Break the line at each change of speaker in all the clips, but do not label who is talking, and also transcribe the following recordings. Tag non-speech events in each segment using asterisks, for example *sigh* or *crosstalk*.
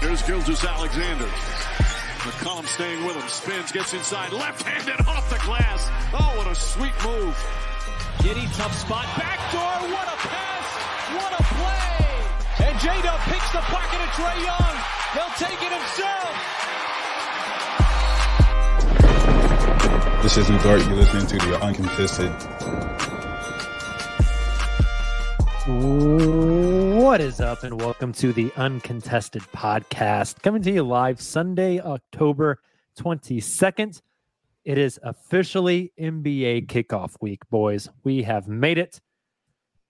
Here's Gilgis Alexander. McCollum staying with him. Spins, gets inside, left-handed off the glass. Oh, what a sweet move.
Giddy, tough spot, backdoor, what a pass, what a play! And Jada picks the pocket of Trey Young. He'll take it himself.
This is New Dark. You're listening to the Uncontested.
What is up, and welcome to the Uncontested Podcast, coming to you live Sunday, October 22nd. It is officially NBA kickoff week, boys. We have made it.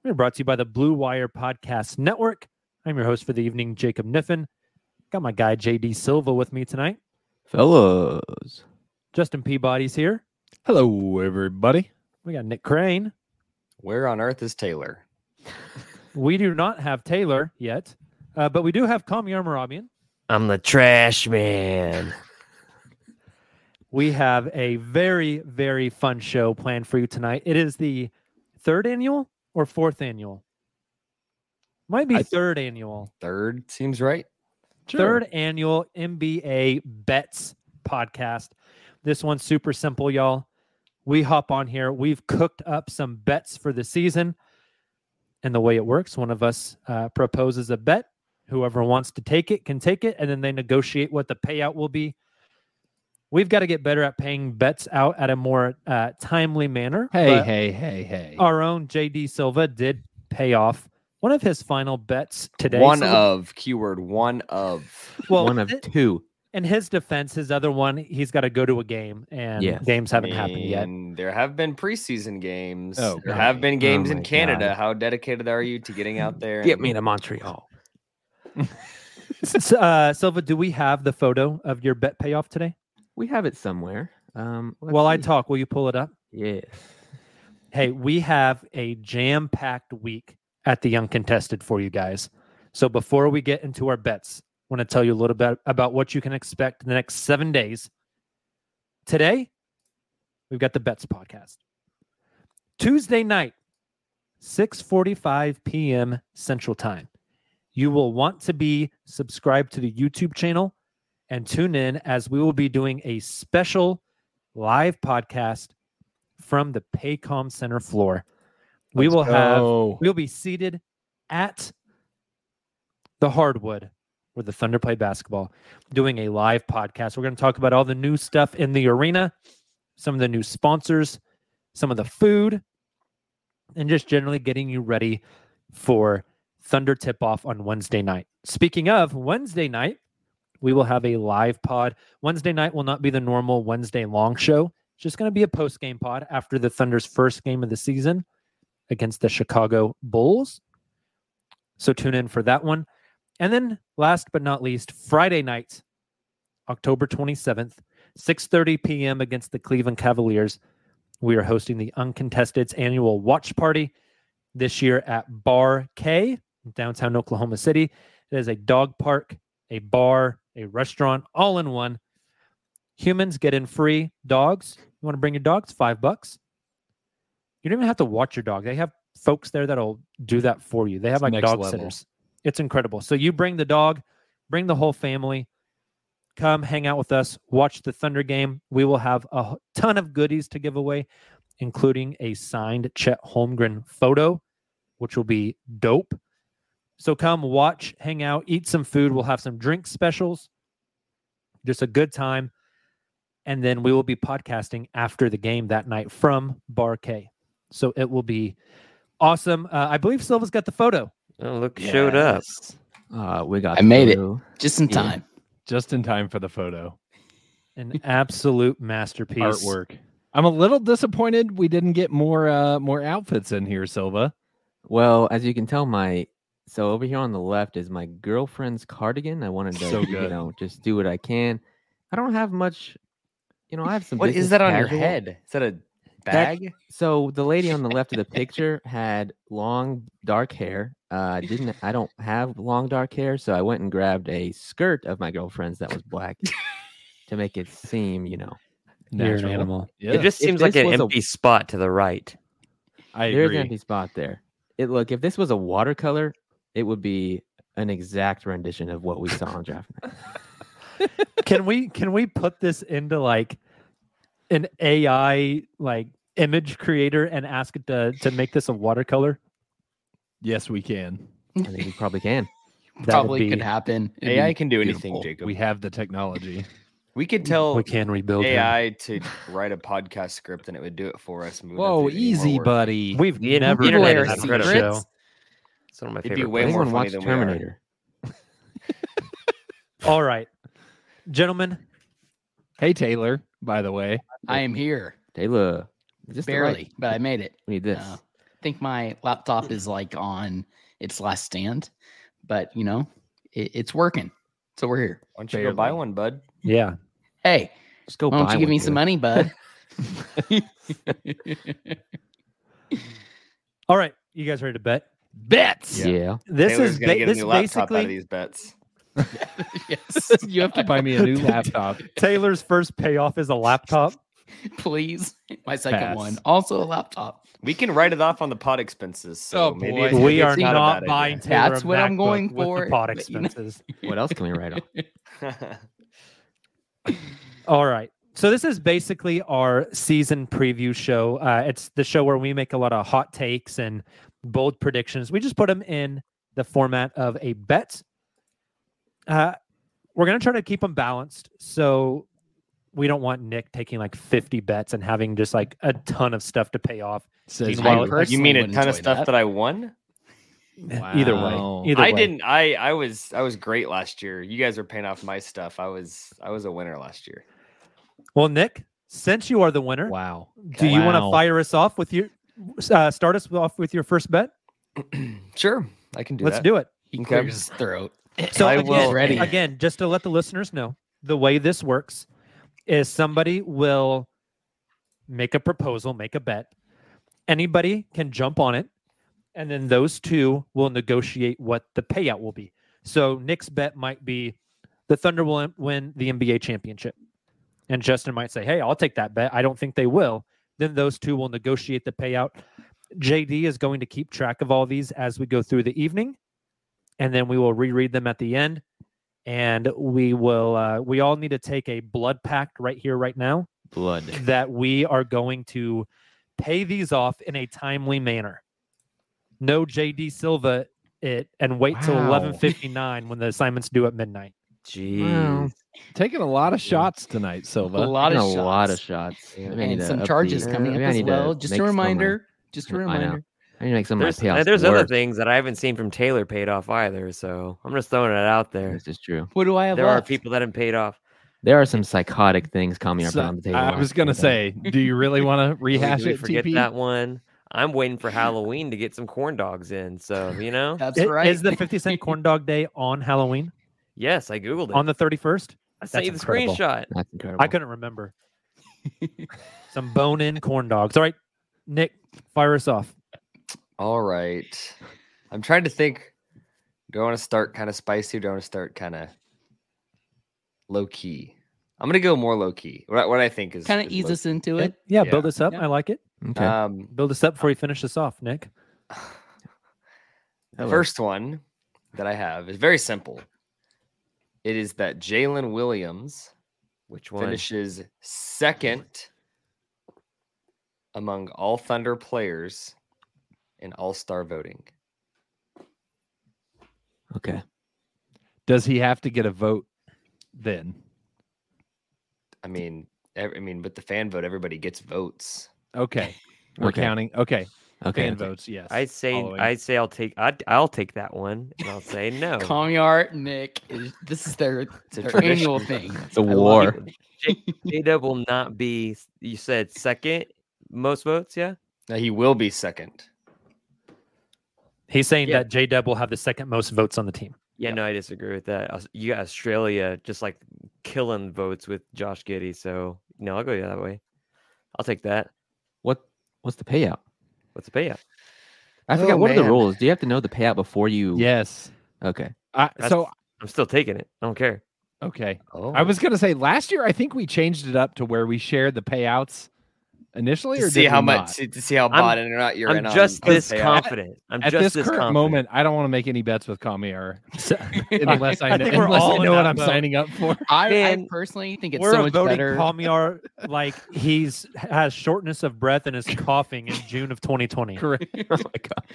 We're brought to you by the Blue Wire Podcast Network. I'm your host for the evening, Jacob Niffin. Got my guy, JD Silva, with me tonight.
Fellas.
Justin Peabody's here.
Hello, everybody.
We got Nick Crane.
Where on earth is Taylor?
We do not have Taylor yet, uh, but we do have Kami Armarabian.
I'm the trash man.
we have a very very fun show planned for you tonight it is the third annual or fourth annual might be
I-
third annual
Third seems right.
third annual NBA bets podcast. This one's super simple, y'all. We hop on here. We've cooked up some bets for the season. And the way it works, one of us uh, proposes a bet. Whoever wants to take it can take it. And then they negotiate what the payout will be. We've got to get better at paying bets out at a more uh, timely manner.
Hey,
but-
hey, hey, hey.
Our own JD Silva did pay off one of his final bets today.
one
So-
of keyword one of.
well, eh,
One of
it-
two.
in his defense, his other one, he's got to go to a game, and
Yeah.
games haven't happened yet.
And there have been preseason games.
Oh,
there
God.
have been games
Oh,
in
my
Canada.
God.
How dedicated are you to getting out there? and-
to Montreal.
S- uh, Silva, do we have the photo of your bet payoff today?
We have it somewhere. Um, let's
While I
see.
talk, will you pull it up?
Yes.
Hey, we have a jam packed week at the Uncontested for you guys. So before we get into our bets, I want to tell you a little bit about what you can expect in the next seven days. Today, we've got the Bets podcast. Tuesday night, 6:45 p.m. Central Time. You will want to be subscribed to the YouTube channel and tune in as we will be doing a special live podcast from the Paycom Center floor. we will have
Uh,
We'll be seated at the hardwood where the Thunder play basketball, doing a live podcast. We're going to talk about all the new stuff in the arena, some of the new sponsors, some of the food, and just generally getting you ready for Thunder tip off on Wednesday night. Speaking of Wednesday night, we will have a live pod. Wednesday night will not be the normal Wednesday long show. It's just going to be a post game pod after the Thunder's first game of the season against the Chicago Bulls. So tune in for that one. And then last but not least, Friday night, October 27th, 6:30 p.m. against the Cleveland Cavaliers, we are hosting the Uncontested's annual watch party this year at Bar K, in downtown Oklahoma City. It is a dog park, a bar, a restaurant, all in one. Humans get in free. Dogs, you want to bring your dogs? 5 bucks. You don't even have to watch your dog. They have folks there that'll do that for you. They have
It's
like
next
dog
level.
sitters. It's incredible. So you bring the dog, bring the whole family, come hang out with us, watch the Thunder game. We will have a h- ton of goodies to give away, including a signed Chet Holmgren photo, which will be dope. So come watch, hang out, eat some food. We'll have some drink specials. Just a good time. And then we will be podcasting after the game that night from Bar K. So it will be awesome. Uh, I believe Silva's got the photo.
Oh, look, showed up.
Yes. Uh, we got.
I made it.
through.
Just in
Yeah.
time.
Just in time for the photo
An absolute masterpiece.
artwork. I'm a little disappointed we didn't get more uh more outfits in here, Silva.
Well, as you can tell, my so over here on the left is my girlfriend's cardigan. I wanted to,
So
you
good.
know, just do what I can. I don't have much. You know, I have some.
What
business
is that on your
casual.
head? Is that a bag?
So the lady on the
*laughs*
left of the picture had long dark hair. Uh, I didn't I don't have long dark hair, so I went and grabbed a skirt of my girlfriend's that was black to make it seem, you know.
You're an
Natural.
animal.
Yeah,
It just
If
seems like
this
an
was a-
empty spot to the right.
I
There's an
agree.
empty spot there. It look if this was a watercolor, it would be an exact rendition of what we saw on draft night.
can we can we put this into like an AI like image creator and ask it to to make this a watercolor?
Yes, we can.
I think we probably can.
That
Probably
would be,
could happen. It'd
AI
be
can do anything,
beautiful.
Jacob.
We
We,
have the technology.
could tell
we can rebuild him.
AI to write a podcast script and it would do it for us. and we wouldn't have
Whoa,
to do any more
easy,
work.
buddy.
We've
The in-
never
internet
done
is
that on the
secrets.
show.
It's one of my
It'd be
favorite.
way
places.
more funny
Anyone watch
than we are.
Terminator?
All right, gentlemen,
hey Taylor, by the way.
I am here.
Taylor. Is this the right-
Barely, but I made it.
We need this.
Uh, I think my laptop is like on its last stand, but you know, it, it's working. So we're here.
Why don't you go buy
Barely.
one, bud?
yeah,
Hey,
Just go
why don't
buy
you give
one,
me some
dude.
money, bud?
all right, you guys ready to bet?
Bets.
Yeah.
This
Taylor's
is
gonna
ba-
get
this
a new laptop out of
basically
these bets.
yes,
you have to buy me a
*laughs*
new laptop.
Taylor's first payoff is a laptop.
please. My second
Pass.
one, also a laptop.
We can can write it off on the pod expenses. So
Oh,
maybe
boy.
it's-
We
maybe
are
it's
not,
a bad idea.
buying Taylor.
That's
a
what I'm
MacBook
going
with
for,
The pod
but you know-
expenses.
What else can
*laughs*
we write on?
*laughs*
All right. So this is basically our season preview show. Uh, it's the show where we make a lot of hot takes and bold predictions. We just put them in the format of a bet. Uh, we're gonna try to keep them balanced, so we don't want Nick taking like 50 bets and having just like a ton of stuff to pay off.
Says
Meanwhile,
you.
I
you mean
personally
a
would
ton of
enjoy
stuff
that.
that I won?
Either
Wow.
way, either way.
I didn't. I I was I was great last year. You guys were paying off my stuff. I was I was a winner last year.
Well, Nick, since you are the winner,
Wow.
do you want to
Wow.
fire us off with your uh, start us off with your first bet?
Sure, I can do
Let's
that.
do it.
He
Okay.
clears his throat.
So
I
again,
will-
Ready.
again, just to let the listeners know, the way this works is somebody will make a proposal, make a bet. Anybody can jump on it, and then those two will negotiate what the payout will be. So Nick's bet might be the Thunder will win- win the NBA championship. And Justin might say, Hey, I'll take that bet. I don't think they will. Then those two will negotiate the payout. JD is going to keep track of all these as we go through the evening and then we will reread them at the end. And we will, uh, we all need to take a blood pact right here, right now,
Blood.
that we are going to pay these off in a timely manner. No JD Silva it and wait till
Wow.
11:59 when the assignments due at midnight.
Wow.
Jeez.
Taking a lot of shots tonight,
A
Silva.
lot of
Taking
shots.
a lot of shots.
Yeah.
Maybe I need
and
to
some
up
charges
the-
coming up
maybe I
as
need to
well. Just
make
a
some of my-
reminder. Just a
I know.
reminder.
I need to make some
There's,
of my payoffs.
uh, there's other
work.
things that I haven't seen from Taylor paid off either. So I'm just throwing it out there.
This is true.
What do I have
There are
left?
people that haven't paid off.
There are some psychotic things coming up
So-
around the table.
I was gonna say, do you really
*laughs*
want to
Do we- do
rehash
we
it?
Forget
TP?
that one. I'm waiting for Halloween to get some corn dogs in. So you know,
That's
Is
right.
the 50 cent corn dog day on Halloween
yes, I googled it.
on the 31st?
I sent
that's
you the
incredible.
screenshot.
That's incredible.
I couldn't remember. Some bone in corn dogs. All right, Nick, fire us off.
All right. I'm trying to think. Do I want to start kind of spicy? Or do I want to start kind of low key? I'm gonna go more low key. What I, what I think is
kind
is
of ease
low-
us into it.
Yeah,
Yeah.
build us up.
Yeah.
I like it.
Okay.
uh,
Um, *sighs*
Build us up before you
Uh,
finish this off, Nick.
The First one that I have is very simple. It is that Jalen Williams
Which one?
finishes second among all Thunder players in All Star voting.
Okay.
Does he have to get a vote then?
I mean, ev- I mean, with the fan vote, everybody gets votes.
Okay.
*laughs*
We're
Okay.
counting. Okay.
Okay.
Fan
okay.
votes. Yes.
I say
Following.
I say I'll take I I'll take that one and
*laughs*
I'll say no.
Comyard, Nick, is, this is their,
a
their annual thing.
The
I love
war.
it.
J Dub will not be. You said second most votes, yeah.
Now he will be second.
He's saying
Yeah.
that J Dub will have the second most votes on the team.
Yeah, no, I disagree with that. Aus- You got Australia just like killing votes with Josh Giddy, so no, I'll go the other way. I'll take that.
What what's the payout?
What's the payout?
I forgot
Oh,
what are the
man.
rules? Do you have to know the payout before you
Yes.
Okay.
I,
That's-
so
I'm still taking it. I don't care.
okay.
Oh,
I was gonna say last year I think we changed it up to where we shared the payouts initially, or
to see
did
how
we
much
not?
to, to see how
I'm-
bought in or not you're
I'm
in. on-
just
on
this
payout.
confident. I'm
At
just
this,
this
current
confident.
moment, I don't want to make any bets with
*laughs*
Kamiar unless I,
I
know,
think we're
unless
all
I
in
know what
that
I'm
boat.
signing up for.
I, I
Man,
personally think it's
We're
so
a
much
voting
better.
Palmiar like he's has shortness of breath and is coughing in June of 2020.
Correct.
Oh my god.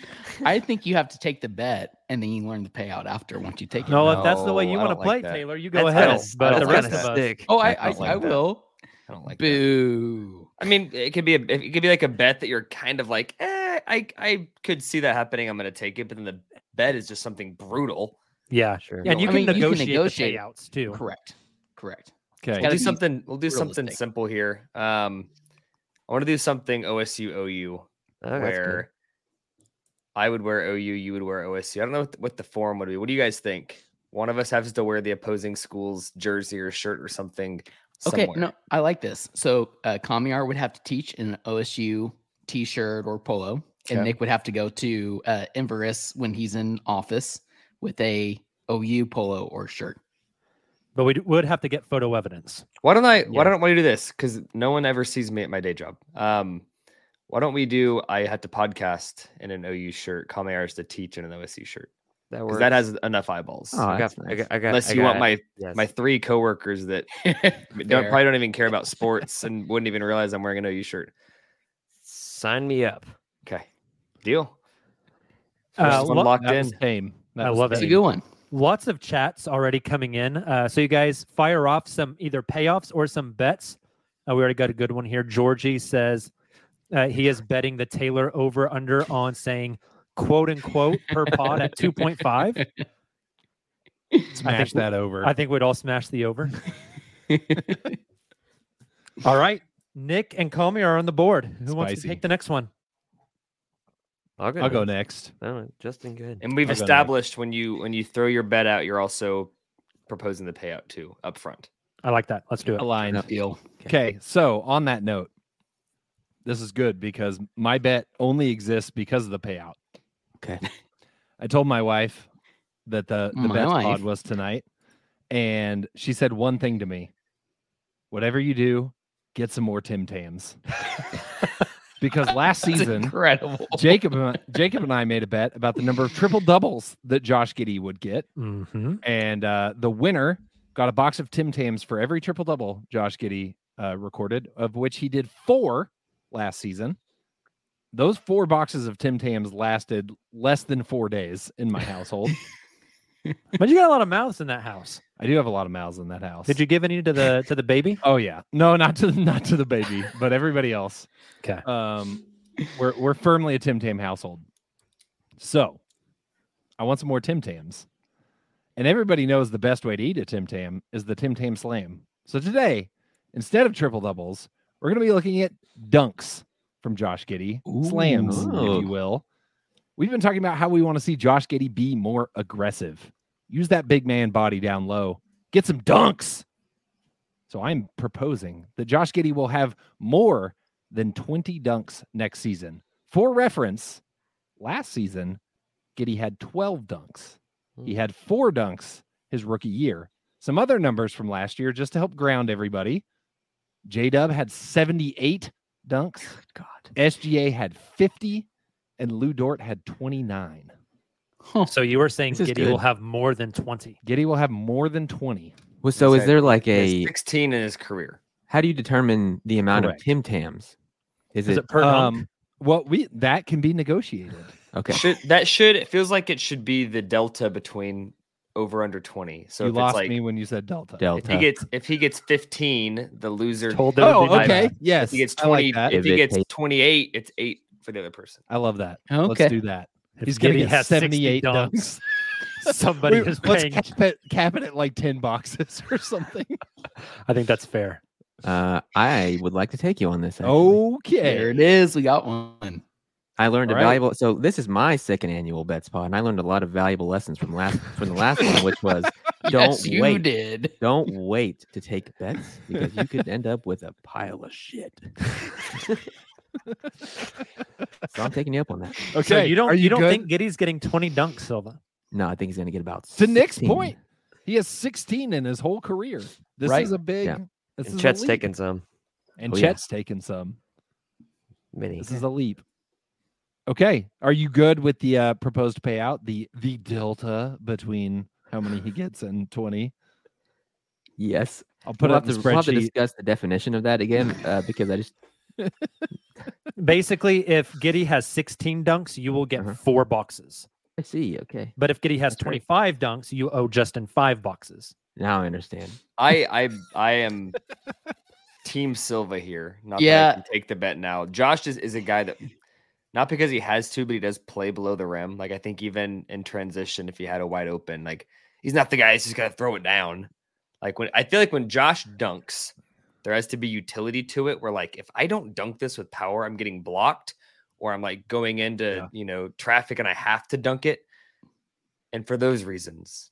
I think you have to take the bet and then you learn the payout after once you take it.
No, if that's the way
No,
you
I
want to
don't
play,
like that.
Taylor, you go
That's
ahead.
kinda-
but the
that's
rest of
kinda
us,
sick.
Oh, I
I
I,
don't like
I
that.
will.
I don't like that.
Boo.
I mean, it could be a it could be like a bet that you're kind of like, eh, I I could see that happening. I'm gonna take it, but then the bet is just something brutal.
yeah,
Sure.
and you,
I
can
mean, you can
negotiate the
negotiate.
payouts too.
Correct. Correct.
Okay.
Gotta
We'll do
be
something. We'll do something
realistic.
simple here. Um, I want to do something OSU OU
Oh, that's good.
where I would wear OU, you would wear OSU. I don't know what the, what the form would be. What do you guys think? One of us has to wear the opposing school's jersey or shirt or something.
Okay.
somewhere.
No, I like this. So uh, Kamiar would have to teach in an OSU t-shirt or polo, and
Okay.
Nick would have to go to uh, Inverus when he's in office with a OU polo
*laughs*
or shirt.
But we d- would have to get photo evidence.
Why don't I?
Yeah.
Why don't we do this? Because no one ever sees me at my day job. Um, why don't we do? I had to podcast in an OU shirt. Kamayar's to teach in an OSU shirt
that
because
works.
that has enough eyeballs.
Oh,
I got,
that's
I
nice.
got, I got,
Unless
I
you want
got-
my
yes.
my three coworkers that don't,
Fair.
probably don't even care about sports and wouldn't even realize I'm wearing an OU shirt.
sign me up.
Okay, deal. First
Uh,
one
lo-
locked
That was
in.
tame. That
I
was
love it.
That's a
Betting.
good one.
lots of chats already coming in. Uh, so you guys fire off some either payoffs or some bets. Uh, we already got a good one here. Georgie says uh, he is betting the Taylor over under on saying quote unquote per pod at 2.5.
*laughs* Smash that over.
I think we'd all smash the over. *laughs* all right. Nick and Comey are on the board. Who wants to
Spicy.
take the next one?
I'll go.
I'll go
next.
next.
No, Justin, good.
And we've
I'll go next.
established when you when you throw your bet out, you're also proposing the payout too up front.
I like that. Let's do it.
Align.
Deal.
Okay, so on that note, this is good because my bet only exists because of the payout.
Okay.
I told my wife that the, the
My
best pod
wife.
was tonight, and she said one thing to me whatever you do, get some more Tim
*laughs*
Tams. because last
That's
season,
incredible.
Jacob, and I- Jacob and I made a bet about the number of triple doubles that Josh Giddy would get.
hmm
And uh, the winner got a box of Tim Tams for every triple double Josh Giddy uh, recorded, of which he did four last season. Those four boxes of Tim Tams lasted less than four days in my
*laughs*
household.
But you got a lot of mouths in that house.
I do have a lot of mouths in that house.
Did you give any to the to the baby?
Oh yeah, no, not to not to the baby, but everybody else.
'Kay.
Um, we're we're firmly a Tim Tam household. So, I want some more Tim Tams, and everybody knows the best way to eat a Tim Tam is the Tim Tam Slam. So today, instead of triple doubles, we're gonna be looking at dunks from Josh Giddy, slams, if
Ooh.
you will. We've been talking about how we want to see Josh Giddy be more aggressive. Use that big man body down low. Get some dunks. So I'm proposing that Josh Giddy will have more than 20 dunks next season. For reference, last season, Giddy had 12 dunks. He had four dunks his rookie year. Some other numbers from last year just to help ground everybody. J Dub had 78 dunks.
God.
SGA had 50 and Lou Dort had 29.
So you were saying
This is
Giddy will
good.
have more than 20.
Giddy will have more than 20.
Well, so is
Exactly.
there like
He
a
has 16 in his career.
how do you determine the amount
Correct.
of Tim Tams? Is,
Is
it
it per dunk?
well, we that can be negotiated.
okay?
Should that should it feels like it should be the delta between over under 20. So
you
if
lost
it's like
me when you said Delta.
if
Delta.
he gets if he gets 15, the loser
Told them
Oh,
they might-
okay.
If
Yes.
if he gets
I like
20
that.
if he
If it
gets
takes-
28, it's 8 for the other person.
I love that.
*laughs* Okay.
Let's do that.
If
He's going to
Giddey
get
has 60
78 dunks.
*laughs*
*laughs*
Somebody
We-
is
let's
paying.
cap it, cap it at like 10 boxes *laughs* or something.
I think that's fair.
Uh, I would like to take you on this. actually.
okay.
There it is. We got one.
I learned a
All right.
valuable. So this is my second annual bet spot, and I learned a lot of valuable lessons from last from the last one,
*laughs*
which was don't
yes, you
wait,
did.
don't wait to take bets because you could end up with a pile of shit. *laughs* so I'm taking you up on that.
Okay.
So you don't
Are you,
you, don't
good?
think Giddy's getting 20 dunks, Silva?
No, I think he's gonna get about
to Nick's
16.
point, he has 16 in his whole career. This
Right.
is a big.
Yeah.
This
and
is
Chet's
a leap.
taking some
and
Oh, yeah.
Chet's taken some.
mini.
This is a leap. Okay, are you good with the uh, proposed payout? The the delta between how many he gets and twenty.
Yes,
I'll put
we'll
up
have
the
to, we'll have to
spreadsheet.
discuss the definition of that again uh, because I just
Basically, if Giddy has 16 dunks, you will get
Uh-huh.
four boxes.
I see. Okay,
But if Giddy has
That's right.
25 dunks, you owe Justin five boxes.
now I understand.
I I I am team Silva here. Not
Yeah.
that I can take the bet now. Josh is, is a guy that not because he has to, but he does play below the rim. Like I think even in transition, if he had a wide open, like he's not the guy that's just gonna throw it down. Like when I feel like when Josh dunks, there has to be utility to it where like if I don't dunk this with power, I'm getting blocked or I'm like going into
Yeah.
you know traffic and I have to dunk it. And for those reasons,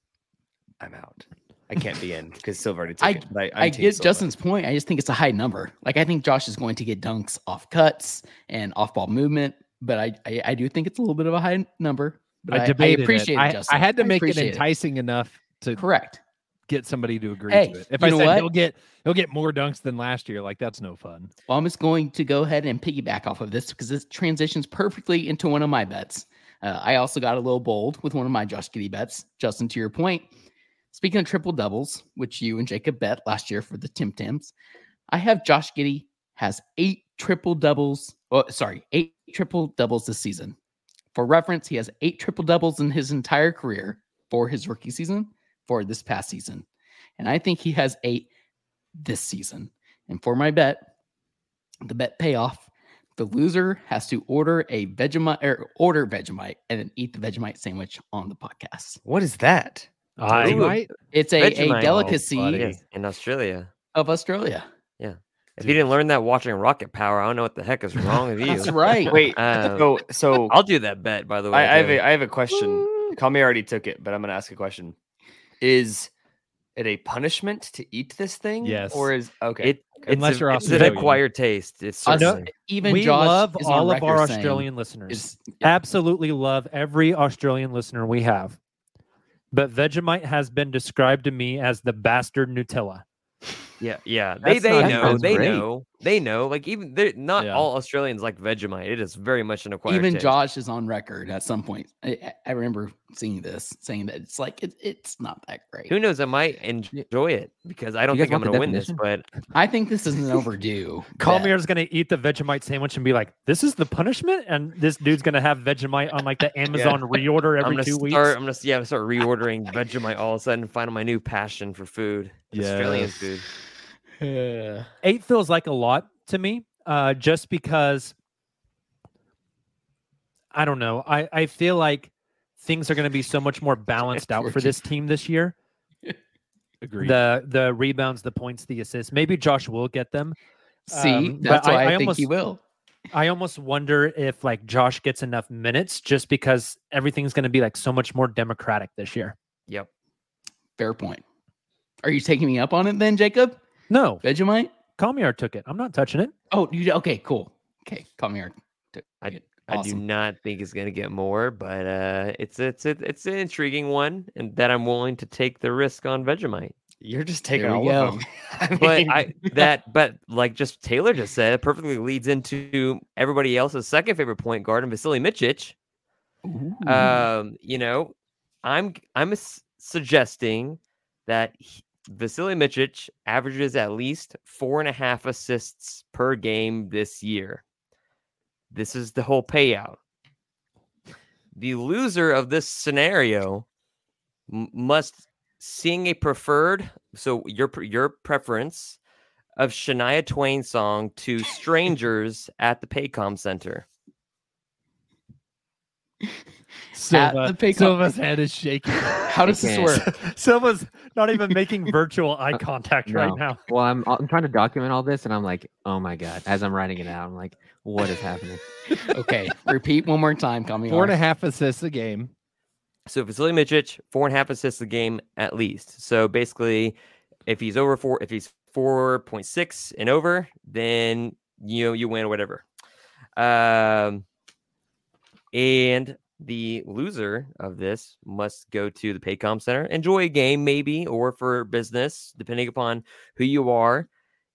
I'm out. I can't be in because Silver already took
I-
it. but I'm
I
team
get
Silva.
Justin's point. I just think it's a high number. Like I think Josh is going to get dunks off cuts and off ball movement, but I, I I do think it's a little bit of a high number. But I, I,
debated it.
appreciate it,
I- I,
Justin.
had to make it
appreciate
enticing enough to
Correct.
get somebody to agree
Hey,
to it. If
you
I
know
said
what?
he'll get he'll get more dunks than last year, like that's no fun.
Well, I'm just going to go ahead and piggyback off of this because this transitions perfectly into one of my bets. Uh, I also got a little bold with one of my Josh Giddy bets. Justin, to your point, speaking of triple doubles, which you and Jacob bet last year for the Tim Tams, I have Josh Giddy has eight triple doubles. Oh, sorry, eight triple doubles this season. For reference, he has eight triple doubles in his entire career for his rookie season, for this past season. And I think he has eight this season. And for my bet, the bet payoff. The loser has to order a Vegemite or order Vegemite and then eat the Vegemite sandwich on the podcast.
What is that?
I,
Ooh,
Right?
It's a,
Vegemite.
a
Oh,
delicacy
buddy, in Australia.
of Australia.
If you didn't learn that watching Rocket Power, I don't know what the heck is wrong with you.
That's right.
Wait,
Uh,
so so
*laughs* I'll do that bet. By the way,
I, I have a
too.
I have a question. Kami already took it, but I'm gonna ask a question. Is it a punishment to eat this thing?
Yes.
Or is okay?
It- it's
Unless
a-
you're
it's an
Australian.
acquired taste. It's
Us-
certainly.
Even
we
Josh
love
is on
all of our
record saying
Australian listeners.
is-
Absolutely love every Australian listener we have. But Vegemite has been described to me as the bastard Nutella.
Yeah, yeah. They
That's
they
not- that
know.
sounds
They
great.
know. They know. Like even they're not
Yeah.
all Australians like Vegemite. It is very much an acquired
even
taste.
Josh is on record at some point. I, I- I remember seeing this, saying that it's like it, it's not that great.
Who knows? I might enjoy it because I don't
You guys
think I'm
want the
going to win this. But
definition?
I think this is an
*laughs*
overdue. bet.
Colmier's going to eat the Vegemite sandwich and be like, "This is the punishment," and this dude's going to have Vegemite on
*laughs*
like the Amazon reorder
I'm
every
going to
two
start.
weeks.
I'm going to yeah. I'm gonna start reordering Vegemite all of a sudden. Find my new passion for food. Australian
Yes.
food. *laughs*
Yeah.
Eight feels like a lot to me, uh, just because I don't know. I I feel like things are going to be so much more balanced out for this team this year.
Agreed.
The the rebounds, the points, the assists. Maybe Josh will get them.
See,
Um, but
that's
I-
why I,
I
think he
almost-
will.
I almost wonder if like Josh gets enough minutes, just because everything's going to be like so much more democratic this year.
Yep.
Fair point. Are you taking me up on it then, Jacob?
No,
Vegemite?
Colmier took it. I'm not touching it.
Oh, you okay? Cool. Okay, call me. Eric.
I do
Awesome.
not think it's going to get more, but uh, it's it's it, it's an intriguing one, and that I'm willing to take the risk on Vegemite.
You're just taking
There we
all
go.
of them. *laughs* I
but
mean,
I that but like just Taylor just said, it perfectly leads into everybody else's second favorite point guard and Vasily Mitic. Um, you know, I'm I'm s- suggesting that he- Vasily Mitic averages at least four and a half assists per game this year. This is the whole payout. The loser of this scenario m- must sing a preferred, so your pre- your preference of Shania Twain song to strangers at the Paycom Center.
Silva,
the pick-
Silva's head is
*laughs*
shaking.
How does this
Okay.
work?
Silva's not even making virtual eye
Uh,
contact right
No.
now.
Well, I'm I'm trying to document all this, and I'm like, oh my god! As I'm writing it out, I'm like, what is happening?
Okay, repeat one more time, coming
Four and
on.
a half assists a game.
So Vasily Mitic, four and a half assists a game at least. So basically, if he's over four, if he's four point six and over, then you know you win or whatever. Um, and the loser of this must go to the Paycom Center, enjoy a game maybe, or for business, depending upon who you are.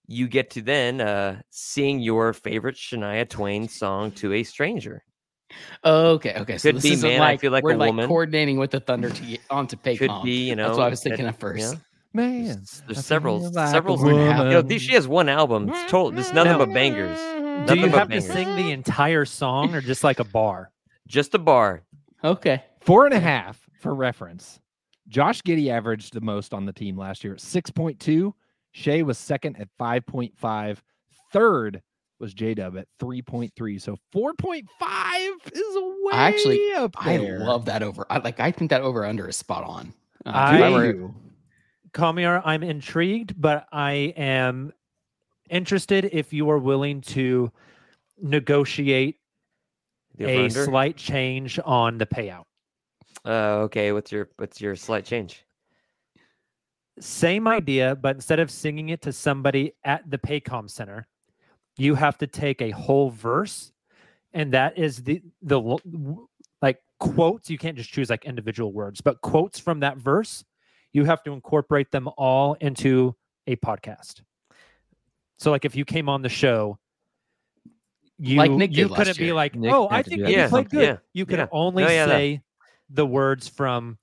You get to then uh, sing your favorite Shania Twain song to a stranger.
Okay, okay. So
Could
this
be
isn't
man, I
like,
feel like
we're
a
like
woman.
coordinating with the Thunder to get onto Paycom.
Could be, you know,
That's what I was thinking
that-
at first.
yeah.
Man,
There's,
I feel
there's several,
like a
several.
woman.
You know, these- she has one album. It's total. There's nothing but bangers.
Do *laughs*
Nothing
you
but
have to
bangers.
sing the entire song or just like a bar?
Just a bar.
Okay.
Four and a half for reference. Josh Giddy averaged the most on the team last year, at 6.2. Shea was second at 5.5. Third was J Dub at 3.3. So 4.5 is way
I actually-
up
I
there.
love that over. I like. I think that over under is spot on. Uh, if
I-
I were-
you.
Kamiar, I'm intrigued, but I am interested if you are willing to negotiate
The
a
over-under.
slight change on the payout.
Uh, okay, what's your what's your slight change?
Same idea, but instead of singing it to somebody at the Paycom Center, you have to take a whole verse, and that is the the l- w- like quotes. You can't just choose like individual words, but quotes from that verse. You have to incorporate them all into a podcast. So, like if you came on the show, you
Nick did
you
last
couldn't be
year.
like,
Nick
oh,
had
I
to
think
do
you
that
at
played
some
good.
point.
You can
Yeah.
only
No, yeah, no.
say the words from,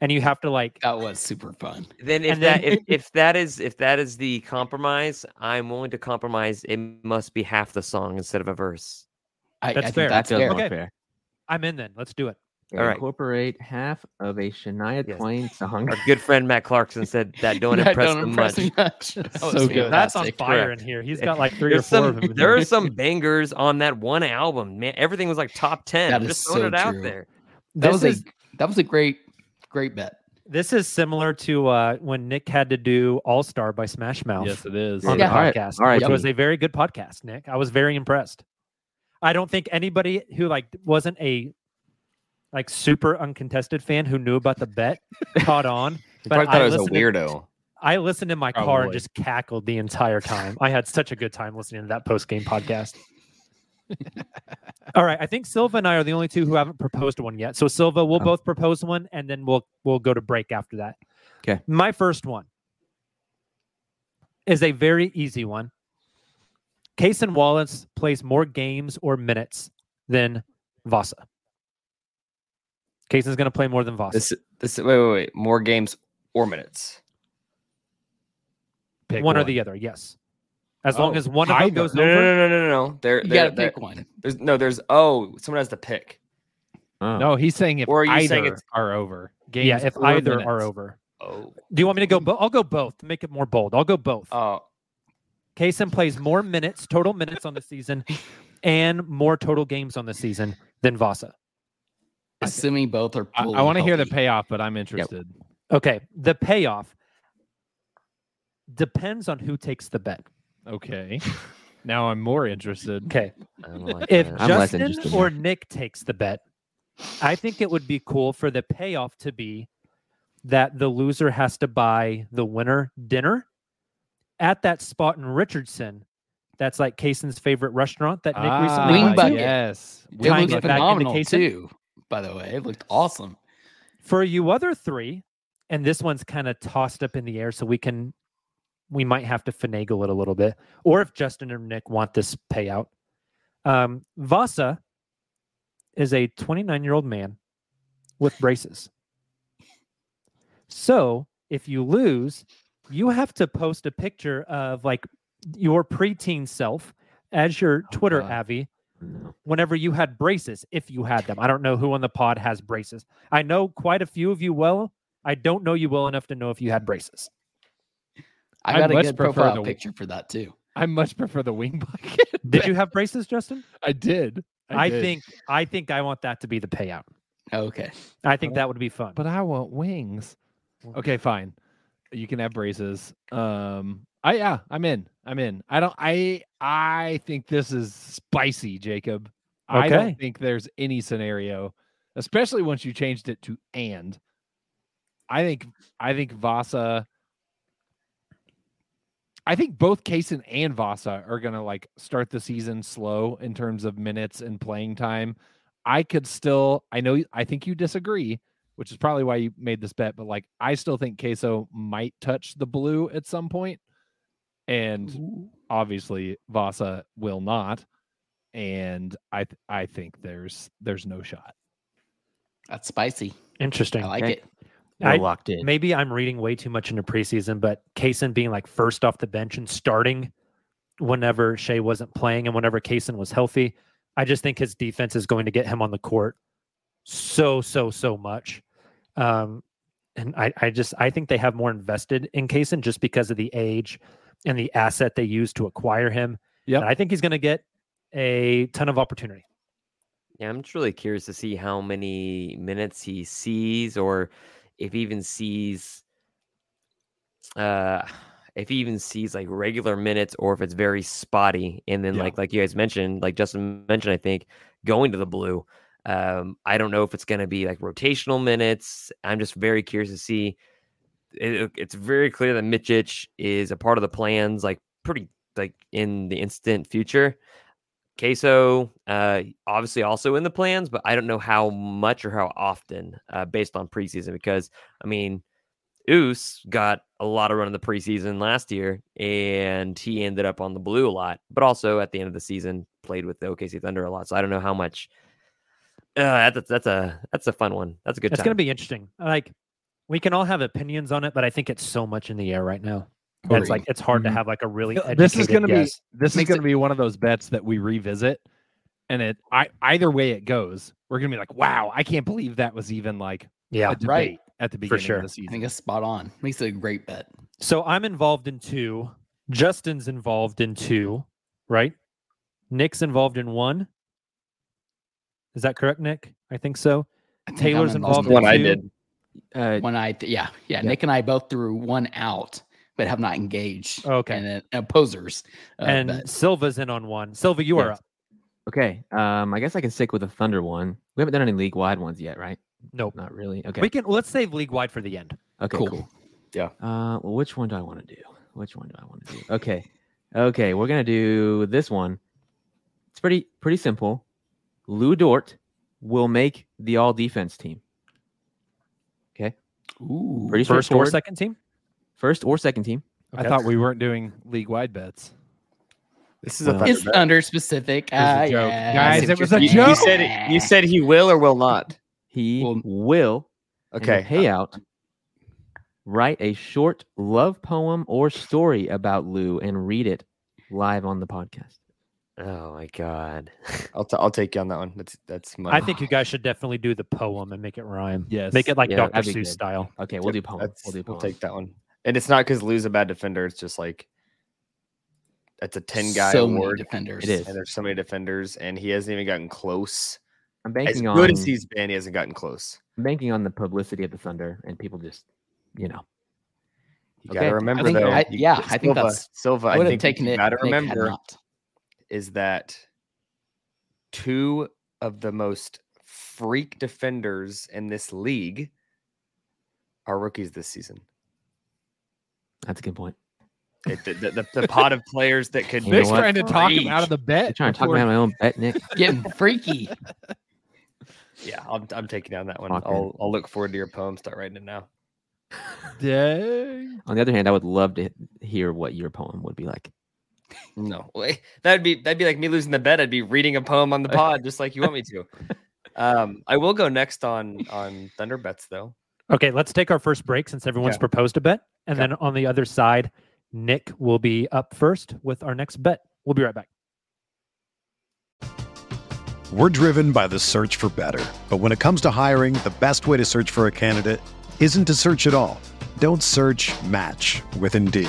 and you have to like
That was super fun.
Then if
And
that
then-
if, if that is if that is the compromise, I'm willing to compromise. It must be half the song instead of a verse.
I,
That's
I think
fair.
That
That's
feels
fair.
more
Okay.
fair.
I'm in then. Let's do it.
All right.
Incorporate half of a Shania
Yes.
Twain song.
Our good friend Matt Clarkson said
*laughs*
that don't
*laughs* That
impress
don't
them
impress
much.
me much. That was
So good.
That's on
fantastic.
fire
correct.
in here. He's got like three or
There's
four of
some
them. in
there
there.
are some bangers on that one album. Man, everything was
*laughs*
like top ten.
That
I'm
is
just throwing
so
it out
true.
there.
This
That was
is-
a that was a great great bet.
*laughs* This is similar to uh, when Nick had to do All Star by Smash Mouth
Yes, it is.
on
Yeah.
the
Alright,
podcast,
alright,
which
Pete.
was a very good podcast. Nick, I was very impressed. I don't think anybody who like wasn't a like super uncontested fan who knew about the bet caught on.
you
But
probably thought
I
it was a
listened to-
weirdo.
I listened in my car and
Probably.
just cackled the entire time. I had such a good time listening to that post game podcast. All right, I think Silva and I are the only two who haven't proposed one yet. So Silva, we'll
Oh.
both propose one, and then we'll we'll go to break after that.
'Kay.
My first one is a very easy one. Case and Wallace plays more games or minutes than Vasa. Cason's going to play more than Vasa.
This this wait wait wait more games or minutes.
Pick
one, or the other, yes. As long
Oh,
as one of them
either.
goes
No
over.
no no no no no. no. There
You
there,
gotta
there-
pick one.
there's no there's oh someone has to pick.
Oh.
No, he's saying if
Or are you
either
saying it's-
are over. Games
Yeah, if
or
either are
minutes.
over.
Oh
Do you want me to go? Bo- I'll go both. Make it more bold. I'll go both.
oh
Kaysen plays more minutes, total minutes on the season, and more total games on the season than Vasa.
Assuming both are.
I,
fully
I want to hear the
healthy.
payoff, but I'm interested.
Okay, the payoff depends on who takes the bet.
Okay. Now I'm more interested.
Okay,
I don't like uh,
if
that.
I'm less
Justin
interested now.
or Nick takes the bet, I think it would be cool for the payoff to be that the loser has to buy the winner dinner at that spot in Richardson. That's like Kaysen's favorite restaurant that Nick
Ah,
recently
Wing
went to.
bucket.
Ah, Yes.
It
Tying
looked
it back into
phenomenal
Kaysen.
too. By the way, it looked awesome.
For you other three, and this one's kind of tossed up in the air, so we can we might have to finagle it a little bit, or if Justin or Nick want this payout. Um, Vasa is a 29 year old man with braces. So if you lose, you have to post a picture of like your preteen self as your
Oh,
Twitter
God.
Avi
No.
whenever you had braces, if you had them. I don't know who on the pod has braces. I know quite a few of you well. I don't know you well enough to know if you had braces.
I
I got a
much
good
prefer
profile
the-
picture for that too.
I much prefer the wing *laughs* bucket.
Did you have braces, Justin?
I did.
I,
did.
think I think I want that to be the payout.
Okay.
I think that would be fun.
but I want wings. Okay, fine. You can have braces. Um, I yeah, I'm in. I'm in. I don't. I I think this is spicy, Jacob. I
Okay.
don't think there's any scenario, especially once you changed it to and. I think I think Vasa. I think both Kaysen and Vasa are gonna like start the season slow in terms of minutes and playing time. I could still. I know. I think you disagree which is probably why you made this bet. But like, I still think Queso might touch the blue at some point, and obviously Vasa will not. And I th- I think there's there's no shot.
That's spicy.
Interesting.
I like
Okay.
it.
We're
I-
locked in.
Maybe I'm reading way too much into preseason, but Kaysen being like first off the bench and starting whenever Shea wasn't playing and whenever Kaysen was healthy, I just think his defense is going to get him on the court so, so, so much. Um, and I, I just I think they have more invested in Kaysen just because of the age and the asset they used to acquire him.
Yep.
And I think he's going to get a ton of opportunity.
Yeah, I'm just really curious to see how many minutes he sees, or if he even sees, uh, if he even sees like regular minutes, or if it's very spotty. And then,
Yeah.
like like you guys mentioned, like Justin mentioned, I think going to the blue. Um, I don't know if it's going to be like rotational minutes. I'm just very curious to see. It, it's very clear that Mitchich is a part of the plans, like pretty like in the instant future. Queso, uh, obviously also in the plans, but I don't know how much or how often uh, based on preseason because I mean, Oos got a lot of run in the preseason last year and he ended up on the blue a lot, but also at the end of the season played with the OKC Thunder a lot. So I don't know how much. Uh, that's that's a that's a fun one. That's a good.
It's
time.
going to be interesting. Like we can all have opinions on it, but I think it's so much in the air right now. It's
Agreed.
like it's hard to
Mhm.
have like a really educated
Mm-hmm. this is gonna
guess.
be this
Makes
is gonna be one of those bets that we revisit, and it I either way it goes, we're gonna be like, wow, I can't believe that was even like
yeah.
a debate
right.
at the beginning
sure.
of the
I think
season.
that's spot on. Makes it a great bet.
So I'm involved in two. Justin's involved in two, right? Nick's involved in one. Is that correct, Nick? I think so.
I think I'm
Taylor's involved
in
in
One I
two.
did.
Uh,
One I, th- yeah, yeah, Nick and I both threw one out, but have not engaged.
Okay.
And then opposers. Uh,
and
bet.
Silva's in on one. Silva, you are
Yes.
up.
okay. Um, I guess I can stick with the Thunder one. We haven't done any league wide ones yet, right?
Nope.
Not really. Okay.
We can let's save league wide for the end.
okay.
cool.
Cool.
Yeah.
Uh, well, which one do I want to do? Which one do I want to do? Okay. Okay. We're gonna do this one. It's pretty pretty simple. Lou Dort will make the All Defense team.
Ooh.
Pretty
First or
straightforward.
second team?
First or second team.
Okay.
I thought we weren't doing league wide bets.
This is a
Well,
Thunder
It's
bet.
thunder specific.
was a
Ah,
joke.
yeah, I
Guys,
see
it
what
was
you're
a
You,
saying.
you
joke.
said it. You said he will or will not.
He
Well-
will and
Okay.
Mm-hmm.
uh,
pay out. Write a short love poem or story about Lou and read it live on the podcast.
Oh my god.
I'll, t- I'll take you on that one. That's that's my.
I think
*laughs*
you guys should definitely do the poem and make it rhyme.
Yes.
Make it like
Yeah,
Dr.
that'd be
Seuss
good.
style.
Okay, we'll do
Yep,
poem.
that's-
We'll do poem.
take that one. And it's not because Lou's a bad defender. It's just like that's a ten guy
so many
award,
defenders.
It is.
and there's so many defenders, and he hasn't even gotten close.
I'm
As
banking on
good as he's been, he hasn't gotten close.
I'm banking on the publicity of the Thunder and people just, you know.
You
Okay,
gotta
I
remember
think-
though.
I-
you-
yeah, I think
Silva-
that's-
Silva.
I
I
would
think
have taken
what you
it.
Gotta
Nick had
remember
not.
is that two of the most freak defenders in this league are rookies this season.
That's a good point.
It, the, the, the, the pot of players that could
*laughs* You know
Nick's
be
what?
trying to talk him out of the
You're *laughs*
bet.
trying to talk
before-
about my own bet, Nick.
Getting freaky.
*laughs* Yeah, I'm, I'm taking down that one.
Fuck, man.
I'll, I'll look forward to your poem. Start writing it now.
Dang.
On the other hand, I would love to hear what your poem would be like.
No, way. that'd be that'd be like me losing the bet. I'd be reading a poem
*laughs*
on the pod, just like you want me to. Um, I will go next on on Thunder bets though.
Okay, let's take our first break since everyone's
Okay.
proposed a bet. And
Okay.
then on the other side, Nick will be up first with our next bet. We'll be right back.
We're driven by the search for better. But when it comes to hiring, the best way to search for a candidate isn't to search at all. Don't search match with Indeed.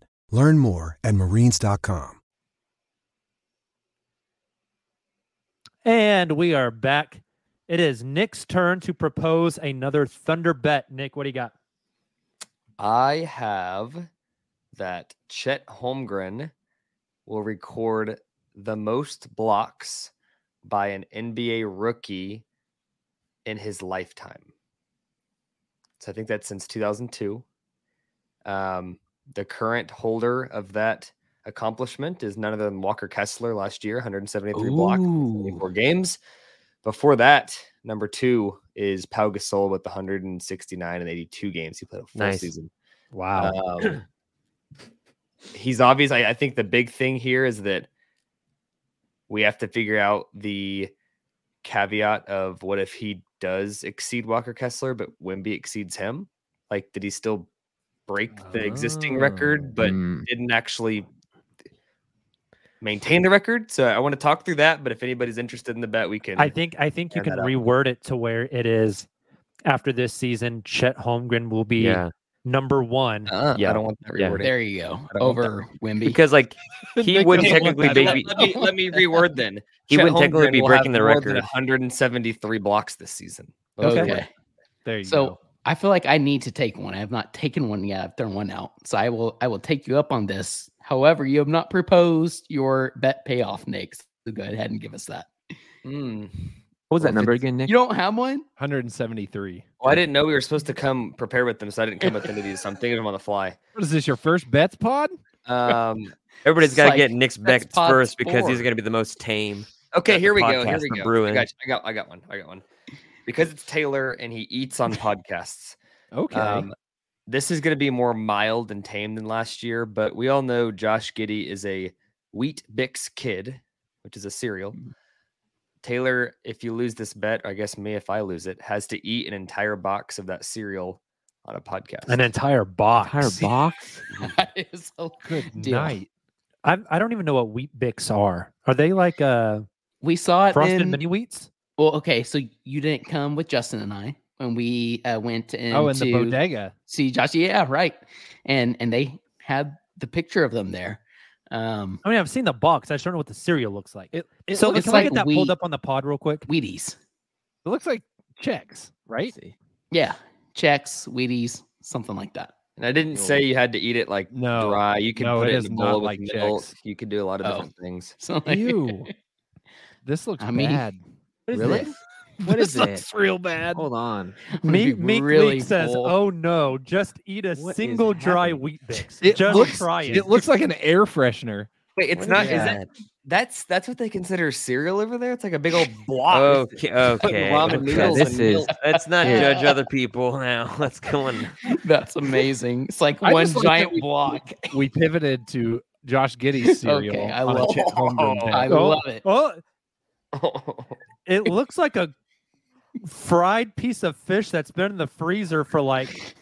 Learn more at marines.com.
And we are back. It is Nick's turn to propose another Thunder bet. Nick, what do you got?
I have that Chet Holmgren will record the most blocks by an NBA rookie in his lifetime. So I think that's since 2002. Um, the current holder of that accomplishment is none other than Walker Kessler last year, 173 blocks, in 74 games. Before that, number two is Pau Gasol with 169 and 82 games. He played a full
Nice.
season.
Wow.
Um, he's obvious. I, I think the big thing here is that we have to figure out the caveat of what if he does exceed Walker Kessler, but Wimby exceeds him? Like, did he still break the existing
Oh.
record,
Hmm.
but
Mm.
didn't actually maintain the record? So I want to talk through that. But if anybody's interested in the bet, we can.
I think I think you
Add
can
that up.
reword it to where it is after this season, Chet Holmgren will be
Yeah,
number one.
Uh,
Yeah.
I don't want that
Yeah.
reworded.
There you go.
that.
Over Wimby.
because
*laughs*
like he
Nick
wouldn't
doesn't want
technically
that.
be.
Let-
be-
Let me let me reword then.
*laughs* He
Chet
wouldn't technically
Holmgren
be
will have
breaking the
more than
record.
173 blocks this season.
okay.
There you
So
go.
I feel like I need to take one. I have not taken one yet. I've thrown one out. So I will I will take you up on this. However, you have not proposed your bet payoff, Nick. So go ahead and give us that.
Mm.
What was that
Well,
number again, Nick?
You don't have one?
173.
Well, I didn't know we were supposed to come prepared with them, so I didn't come with any of these. So I'm thinking of them on the fly.
What is this? Your first bets pod?
Um,
*laughs* Everybody's
It's
got to
like,
get Nick's
that's
bets
pod
first because these
four.
are going to be the most tame.
okay,
Got the
here we go. Here
podcast
we
from
go. I
Bruin.
got, I got, I got one. I got one. Because it's Taylor and he eats on podcasts.
Okay.
Um, this is going to be more mild and tame than last year, but we all know Josh Giddy is a Wheat Bix kid, which is a cereal.
Mm.
Taylor, if you lose this bet, or I guess me if I lose it, has to eat an entire box of that cereal on a podcast.
An entire box.
Entire box?
*laughs* That is a
Good
deal.
night.
I I don't even know what wheat bix are. Are they like uh
We saw it
frosted
in,
mini wheats?
Well, okay, so you didn't come with Justin and I when we uh, went and
Oh, and the bodega.
see Josh. Yeah, right. And and they had the picture of them there. Um
I mean, I've seen the box. I just don't know what the cereal looks like.
It, it,
so
looks
can I
like
get that pulled
wheat.
up on the pod real quick?
Wheaties.
it looks like checks, right?
Yeah. Checks, Wheaties, something like that. *laughs*
and I didn't say you had to eat it like
No.
dry. You can
No,
put
it
it,
is
in a
not
bowl with
like
milk.
Jack's.
You can do a lot of
Oh.
different things.
So like, *laughs*
Ew. this looks
I mean,
bad.
What is
Really?
this?
What is
this looks
it?
real bad.
Hold on.
Meek,
be
Meek
really
Meek says, *laughs*
full.
"Oh no, just eat a
What is
single dry
happening?
wheat bix.
It
just
looks-
try it."
It looks like an air freshener.
Wait, it's
What
not.
is
Is that that's that's what they consider cereal over there? It's like a big old block. with
Okay, okay.
ramen
okay,
noodles
This
and
is.
milk.
Let's not judge other people now. *laughs* Let's go on.
*laughs* That's amazing. It's like
I
one
just like that
giant
we- *laughs*
block.
We pivoted to Josh Giddy's cereal.
Okay, I
on a
love-
Chet Holmgren pick.
I
Oh.
love it. *laughs*
Oh,
*laughs* Oh,
it looks like a fried piece of fish that's been in the freezer for like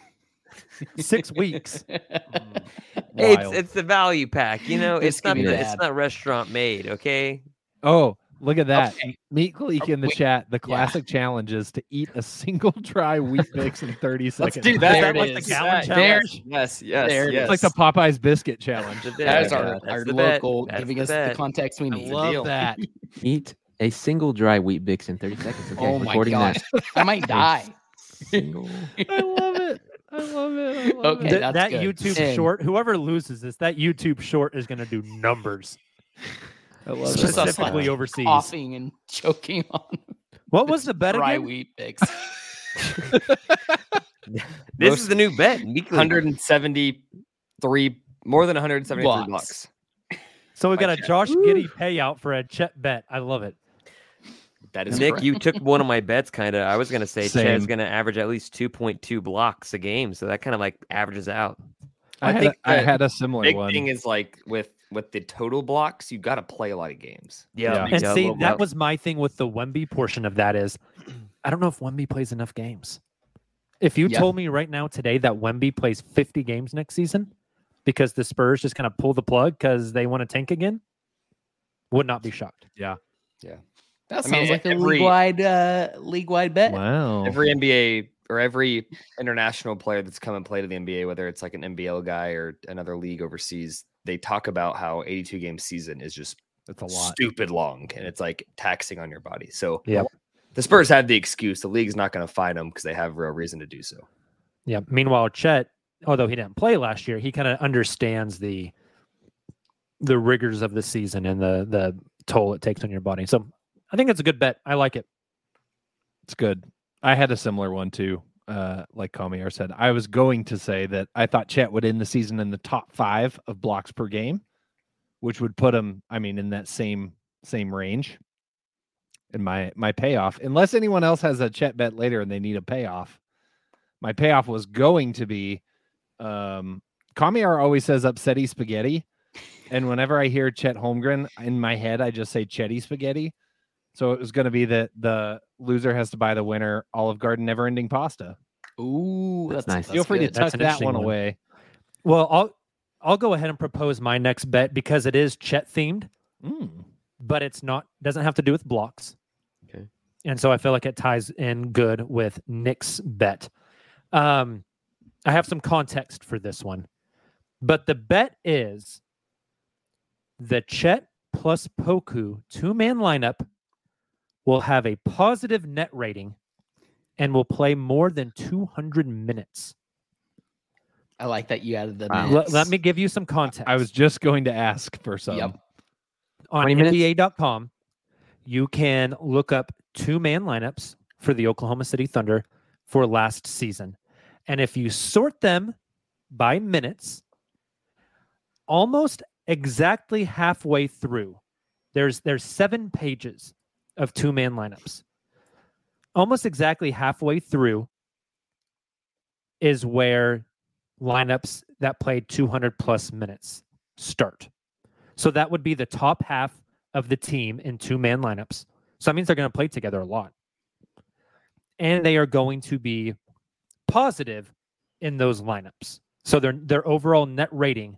six weeks.
It's
Wild.
it's the value pack. You know,
This
it's
could
not
be
the,
bad.
it's not restaurant made. Okay.
Oh, look at that. Meat Gleek in the
Wait,
chat. The classic challenge is to eat a single *laughs* dry wheat mix in 30
let's
seconds.
do that.
There
That
it
was the
is.
gallon
There-
challenge. Yes, yes,
there it
yes.
is.
It's like the Popeyes biscuit challenge.
That's the
That
bet.
is our,
That's
our
the bet.
local
That's
giving
the
us the
bet.
context we
I
need.
love that.
Eat a single dry wheat bix in 30 seconds. Okay,
Oh my
recording
gosh.
that.
*laughs* I
*laughs*
might die.
*laughs* Single.
*laughs* I love it. I love it. I love
Okay,
it.
Th-
that's
that
good.
YouTube
And-
short, whoever loses this, that YouTube short is going to do numbers,
I love
It's just us, like,
specifically overseas.
coughing and *laughs* choking on
What was the bet
dry
again?
wheat mix.
This
Most-
is the new bet. Meekly.
173 more than 173
Blocks.
blocks.
So we
Like
got a
that.
Josh Giddy payout for a Chet bet. I love it.
That is
Nick,
correct.
*laughs* you took one of my bets. Kind of. I was gonna say Chad's
Same.
gonna average at least two point two blocks a game. So that kind of like averages out.
I,
I
had
think
a, I
the
had a similar
big
one.
thing is like with with the total blocks, you got to play a lot of games.
Yeah.
And
yeah,
see,
well,
that
well.
was my thing with the Wemby portion of that is, *clears throat* I don't know if Wemby plays enough games. If you
Yeah.
told me right now today that Wemby plays 50 games next season because the Spurs just kind of pull the plug because they want to tank again, would not be shocked.
That
I
sounds
mean,
like a
every-
league wide uh, league wide bet.
Wow.
Every NBA or every international player that's come and played in the NBA, whether it's like an NBL guy or another league overseas, they talk about how 82 game season is just
That's a lot.
stupid long and it's like taxing on your body. So
Yep.
the Spurs have the excuse. The league's not going to find them because they have real reason to do so.
Yeah. Meanwhile, Chet, although he didn't play last year, he kind of understands the the rigors of the season and the the toll it takes on your body. So I think it's a good bet. I like it.
It's good. I had a similar one too. Uh, like Comier said, I was going to say that I thought Chet would end the season in the top five of blocks per game, which would put him, I mean, in that same same range. And my my payoff, unless anyone else has a Chet bet later and they need a payoff, my payoff was going to be, um, Comier always says upsetty spaghetti, and whenever I hear Chet Holmgren in my head, I just say Chetty spaghetti. So it was going to be that the loser has to buy the winner Olive Garden never ending pasta.
Ooh, that's,
That's nice.
that's
Feel free
good.
to
That's
tuck
an
that
interesting
one
one.
away.
Well, I'll I'll go ahead and propose my next bet because it is Chet themed,
Mm.
but it's not doesn't have to do with blocks.
Okay.
And so I feel like it ties in good with Nick's bet. Um, I have some context for this one, but the bet is the Chet plus Poku two man lineup will have a positive net rating and will play more than 200 minutes.
I like that you added the.
Wow.
Let-
minutes.
let me give you some context.
I was just going to ask for some.
Yep.
on
20 minutes?
NBA.com, you can look up two man lineups for the Oklahoma City Thunder for last season. And if you sort them by minutes, almost exactly halfway through, there's there's seven pages of two man lineups. Almost exactly halfway through is where lineups that played 200 plus minutes start. So that would be the top half of the team in two man lineups. So that means they're going to play together a lot. And they are going to be positive in those lineups. So their their overall net rating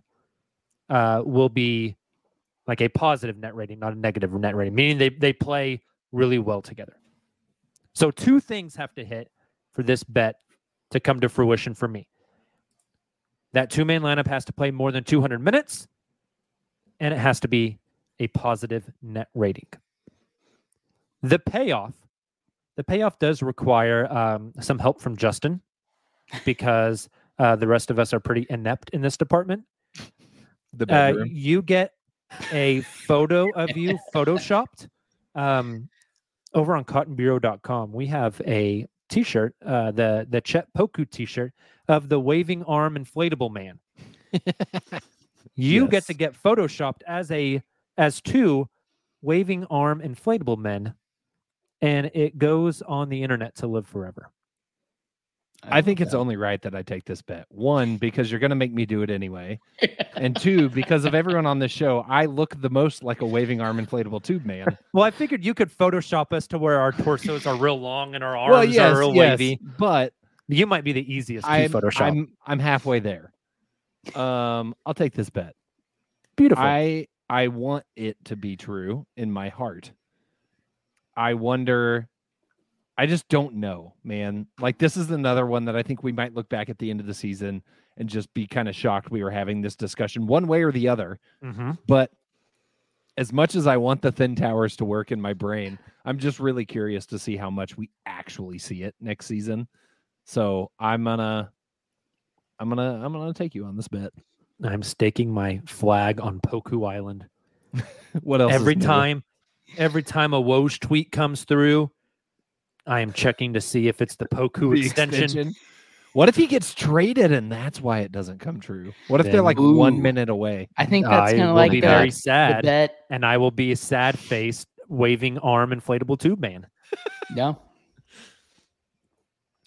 uh, will be like a positive net rating, not a negative net rating, meaning they, they play really well together. So two things have to hit for this bet to come to fruition for me. That two man lineup has to play more than 200 minutes, and it has to be a positive net rating. The payoff, the payoff does require um, some help from Justin because uh, the rest of us are pretty inept in this department.
The
Uh,
bedroom.
*laughs* you get a photo of you photoshopped um, over on cottonbureau.com, we have a t-shirt, uh, the the Chet Poku t-shirt of the waving arm inflatable *laughs* man. you get to get photoshopped as a as two waving arm inflatable men, and it goes on the internet to live forever.
I think it's only right that I take this bet. One, because you're going to make me do it *laughs* anyway. and two, because of everyone on this show, I look the most like a waving arm inflatable tube man.
Well, I figured you could Photoshop us to where our torsos are real long and our
*laughs*
arms
well,
are
yes,
real
yes,
wavy.
but
You might be the easiest to
I'm,
Photoshop.
I'm, I'm halfway there. Um, I'll take this bet.
Beautiful.
I I want it to be true in my heart. I wonder I just don't know, man. Like this is another one that I think we might look back at the end of the season and just be kind of shocked we were having this discussion one way or the other.
mm-hmm.
But as much as I want the thin towers to work in my brain, I'm just really curious to see how much we actually see it next season. So I'm gonna I'm gonna I'm gonna take you on this bet. *laughs*
I'm staking my flag on Poku Island.
What else? is
Every
new?
time, every time a Woj tweet comes through, I am checking to see if it's the Poku
the
extension.
extension. What if he gets traded and that's why it doesn't come true? What if they're
Then-
like one
Ooh.
minute away?
I think that's
I
kind
will
of like
be
the,
very
the
sad,
bet.
and I will be a sad faced, waving arm inflatable tube man.
No.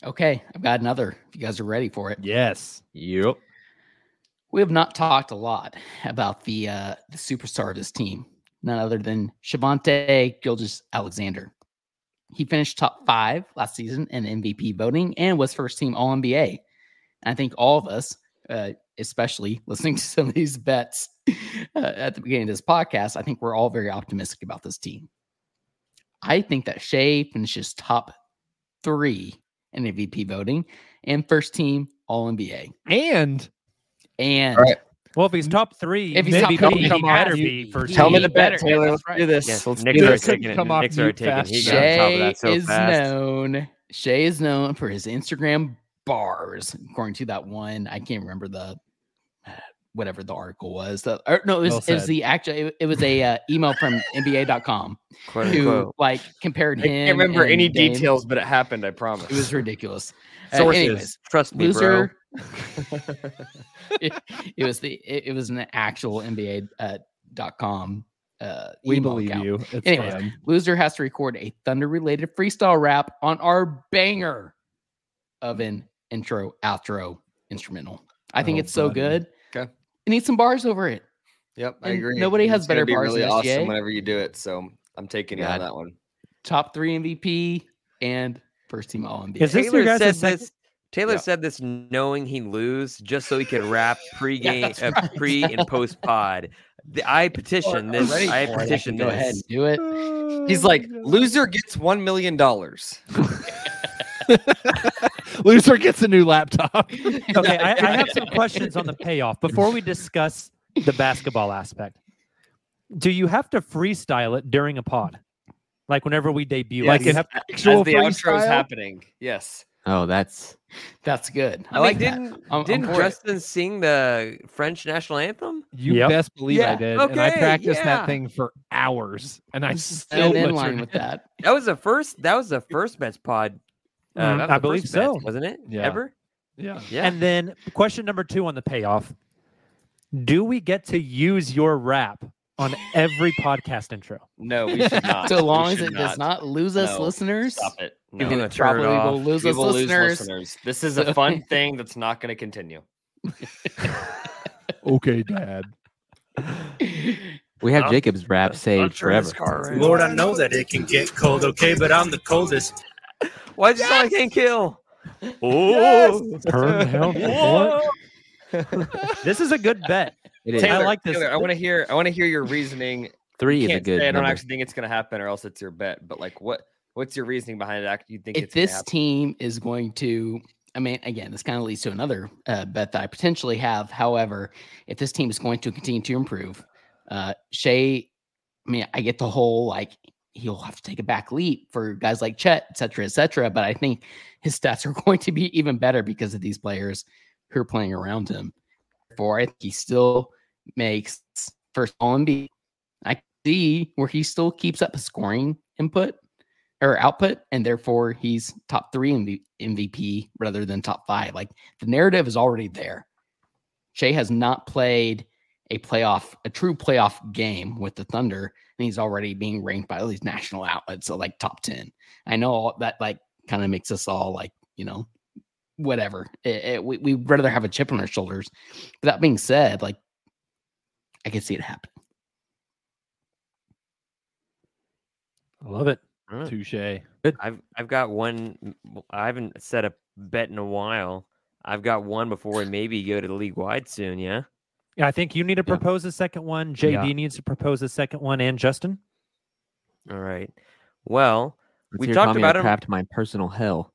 Okay, I've got another. If you guys are ready for it,
Yes.
Yep.
we have not talked a lot about the uh, the superstar of this team, none other than Shavante Gilgis Alexander. He finished top five last season in MVP voting and was first team All NBA. And I think all of us, uh, especially listening *laughs* to some of these bets uh, at the beginning of this podcast, I think we're all very optimistic about this team. I think that Shea finishes top three in MVP voting and first team All NBA.
And
And
All right.
Well, if he's top three,
Mm-hmm. If he's
maybe
top
he,
three,
he
come on,
better
you-
be first.
Tell me
team.
the bet,
better.
Taylor. Let's
That's right.
do this.
Yes,
Let's
Knicks
do
are
this.
taking it.
Come off
Knicks are
mute
taking it. He
fast.
got on top of
Shay
that so
is
fast.
known. Shay is known for his Instagram bars, according to that one. I can't remember the *sighs* whatever the article was. The, or no, it was,
Well
it was
said.
the actual. It, it was a uh, email from NBA.com
Quote,
who
unquote.
like compared
I
him.
can't remember
and
any
Dame.
details, but it happened. I promise.
It
*laughs*
was ridiculous. Uh,
Sources,
anyways,
trust me, bro.
loser. *laughs* it, it was the. It, it was an actual NBA.com. Uh, dot com, uh,
we
email
believe
account.
you. It's
Anyways.
fine.
Loser has to record a Thunder related freestyle rap on our banger of an intro, outro, instrumental. I think
Oh,
it's so
buddy.
good.
Okay.
It needs some bars over it.
Yep, I
And
agree.
nobody has
It's gonna
better
be
bars
Really
than
awesome
SGA.
whenever you do it. So I'm taking you on
God.
that one.
Top three MVP and first team All NBA.
Is this your
Taylor
guys'
said
second-
this. Taylor
Yeah.
said this knowing he lose just so he could rap pre-game,
that's
uh,
right.
pre and post pod. I petition this.
ready
I
for it. I
petition
Go ahead
this.
and do it.
He's like, loser gets one million dollars.
Loser gets a new laptop.
*laughs* Okay, I, I have some questions on the payoff before we discuss the basketball aspect. Do you have to freestyle it during a pod? Like whenever we debut, it?
Yes.
like you have
As
Actual
the outro is
freestyle?
happening. Yes.
Oh, that's
*laughs* That's good.
I like.
that.
Didn't
I'm- I'm
didn't
for it.
Justin sing the French national anthem?
You
Yep.
best believe I
Yeah.
did. and I
Okay,
practiced that
yeah.
thing for hours. And I still
Stand in
butchered
*laughs*
line with
it.
that.
That was the first. That was the first bets pod. Uh,
Mm,
that was
I
the
believe
first Bets,
so.
wasn't it?
Yeah.
Ever? *laughs*
Yeah.
Yeah.
And then question number two on the payoff: Do we get to use your rap on every podcast intro?
No,
*laughs*
we should not.
So
We
long as
should
it does not lose us
No.
listeners,
Stop it.
I'm
No.
gonna
it
turn
probably
it
will
off.
lose
We
us
will lose
listeners.
listeners. This is
*laughs*
a fun thing that's not going to continue.
Okay, Dad.
*laughs*
we have Jacob's rap saved forever.
Lord, I know that it can get cold, okay, but I'm the coldest.
Why does it sound like Hank Hill?
Oh,
*laughs*
Turn down the
Whoa.
This is a good bet.
It is.
Taylor,
I like this.
Taylor, I want to hear. I want to hear your
*laughs*
reasoning.
Three
You
is a
can't say
good
I don't
number.
actually think it's going to happen, or else it's your bet. But like, what? What's your reasoning behind it? You think
if
it's gonna
this
happen?
team is going to i mean again this kind of leads to another uh, bet that i potentially have however if this team is going to continue to improve uh shay i mean i get the whole like he'll have to take a back leap for guys like chet et cetera et cetera but i think his stats are *laughs* going to be even better because of these players who are playing around him for i think he still makes first all mb i see where he still keeps up his scoring input or output, and therefore he's top three MV- MVP rather than top five. Like the narrative is already there. Shea has not played a playoff, a true playoff game with the Thunder, and he's already being ranked by all these national outlets, so like top ten. I know all that like kind of makes us all like you know whatever. It- it- we, we'd rather have a chip on our shoulders. But that being said, like I can see it happen.
I love it.
Touche.
I've I've got one. I haven't set a bet in a while. I've got one before we maybe go to the league wide soon. Yeah.
Yeah, I think you need to propose a second one. JD
Yeah.
needs to propose a second one, and Justin.
All right. Well,
Let's
we
hear
talked
Tommy
about him.
Kraft, my personal hell.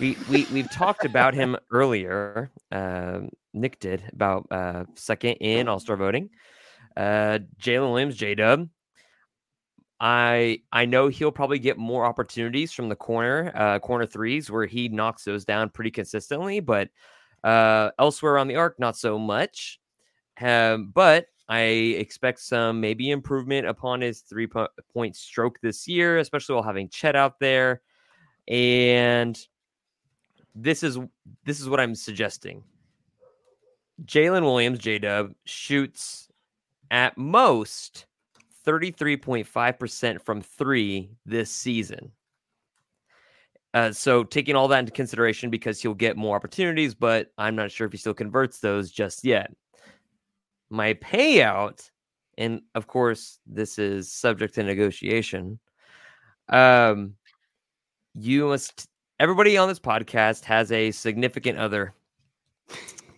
we we we've talked about him earlier. Um, Nick did about uh, second in All Star voting. Uh, Jalen Williams, J Dub. I I know he'll probably get more opportunities from the corner uh, corner threes where he knocks those down pretty consistently, but uh, elsewhere on the arc, not so much. Um, but I expect some maybe improvement upon his three po- point stroke this year, especially while having Chet out there. And this is this is what I'm suggesting. Jalen Williams, J Dub, shoots at most 33.5% from three this season. Uh, so taking all that into consideration, because he'll get more opportunities, but I'm not sure if he still converts those just yet. My payout, and of course, this is subject to negotiation. Um, you must. Everybody on this podcast has a significant other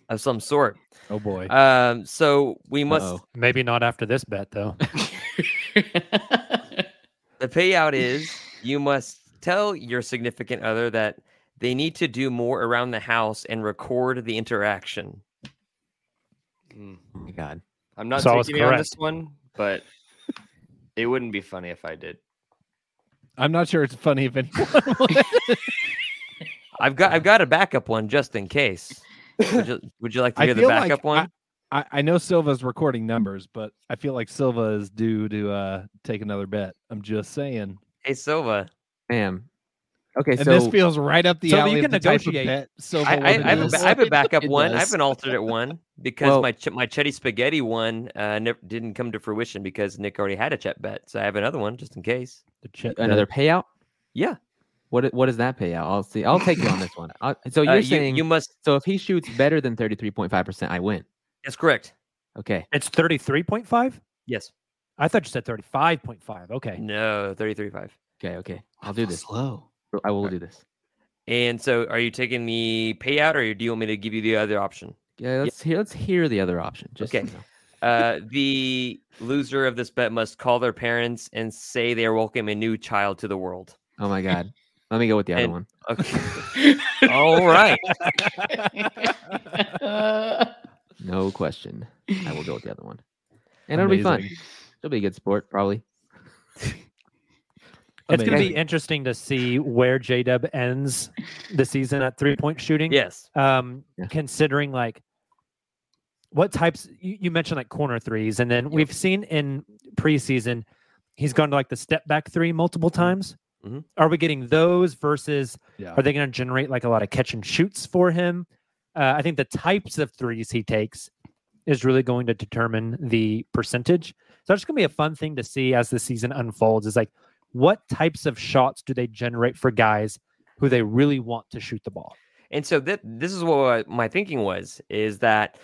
of some sort.
Oh boy.
Um, so we must.
Maybe not after this bet, though. *laughs*
The
*laughs*
payout is you must tell your significant other that they need to do more around the house and record the interaction.
Oh my God.
Hmm. I'm not
So I was
taking you on this
correct.
one, but it wouldn't be funny if I did.
I'm not sure it's funny if anyone *laughs* would.
I've got I've got a backup one just in case. Would you, would you like to
I
hear the
feel like
backup one?
I, I, I know Silva's recording numbers, but I feel like Silva is due to uh, take another bet. I'm just saying.
Hey Silva.
Damn. Okay,
and
so
this feels right up the
Silva,
alley
you
of
can
the type of
negotiate.
bet Silva
I, I, I,
would
have a,
lose.
ba- I have a backup
It
one. I have
does.
an alternate one because
Well-
my ch- my Chetty Spaghetti one uh, never, didn't come to fruition because Nick already had a Chet bet. So I have another one just in case.
The Chet
another payout.
Yeah.
What i- what does that payout? I'll see. I'll take you on this
*laughs*
one. I'll, so
Uh,
you're
you-
saying
you must.
So if he shoots better than thirty three point five percent, I win.
That's correct.
Okay.
It's 33.5.
Yes.
I thought you said 35.5. Okay.
No, 33.5.
Okay. Okay. I'll do this.
Slow.
I will do this.
And so are you taking the payout or do you want me to give you the other option?
Yeah. Let's hear. Let's hear the other option. Just
Okay. Uh, the loser of this bet must call their parents and say they are welcoming a new child to the world.
Oh my God. Let me go with the other
And-
one.
Okay. All right.
No question. I
*laughs*
will go with the other one. And it'll be fun.
Amazing.
It'll be a good
*laughs*
sport, probably.
It's going to
Amazing.
be interesting to see where J Dub ends the season at three point shooting.
Yes.
Um, considering like what types you, you mentioned, like corner threes, and then we've seen in preseason he's gone to like the step back three multiple times.
Mhm.
Are we getting those versus
Yeah.
are they going to generate like a lot of catch and shoots for him? Uh, I think the types of threes he takes is really going to determine the percentage. So it's going to be a fun thing to see as the season unfolds is like what types of shots do they generate for guys who they really want to shoot the ball?
And so that this is what my thinking was is that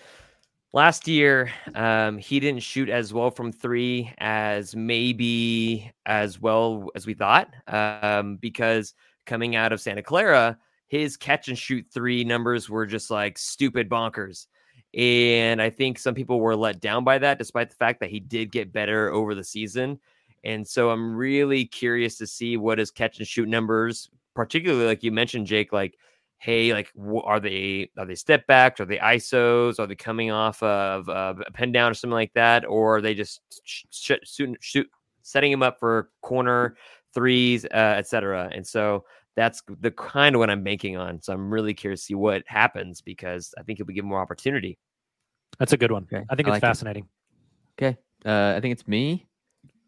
last year um, he didn't shoot as well from three as maybe as well as we thought um, because coming out of Santa Clara, his catch and shoot three numbers were just like stupid bonkers. And I think some people were let down by that, despite the fact that he did get better over the season. And so I'm really curious to see what his catch and shoot numbers, particularly like you mentioned, Jake, like hey, like wh- are they are they step backs? Are they ISOs? Are they coming off of uh, a pen down or something like that? Or are they just sh- sh- shoot, shoot, setting him up for corner threes, uh, etc. And so that's the kind of what I'm banking on. So I'm really curious to see what happens because I think he'll be given more opportunity.
That's a good one. I think
I
it's
like it.
fascinating.
Okay. Uh, I think it's me.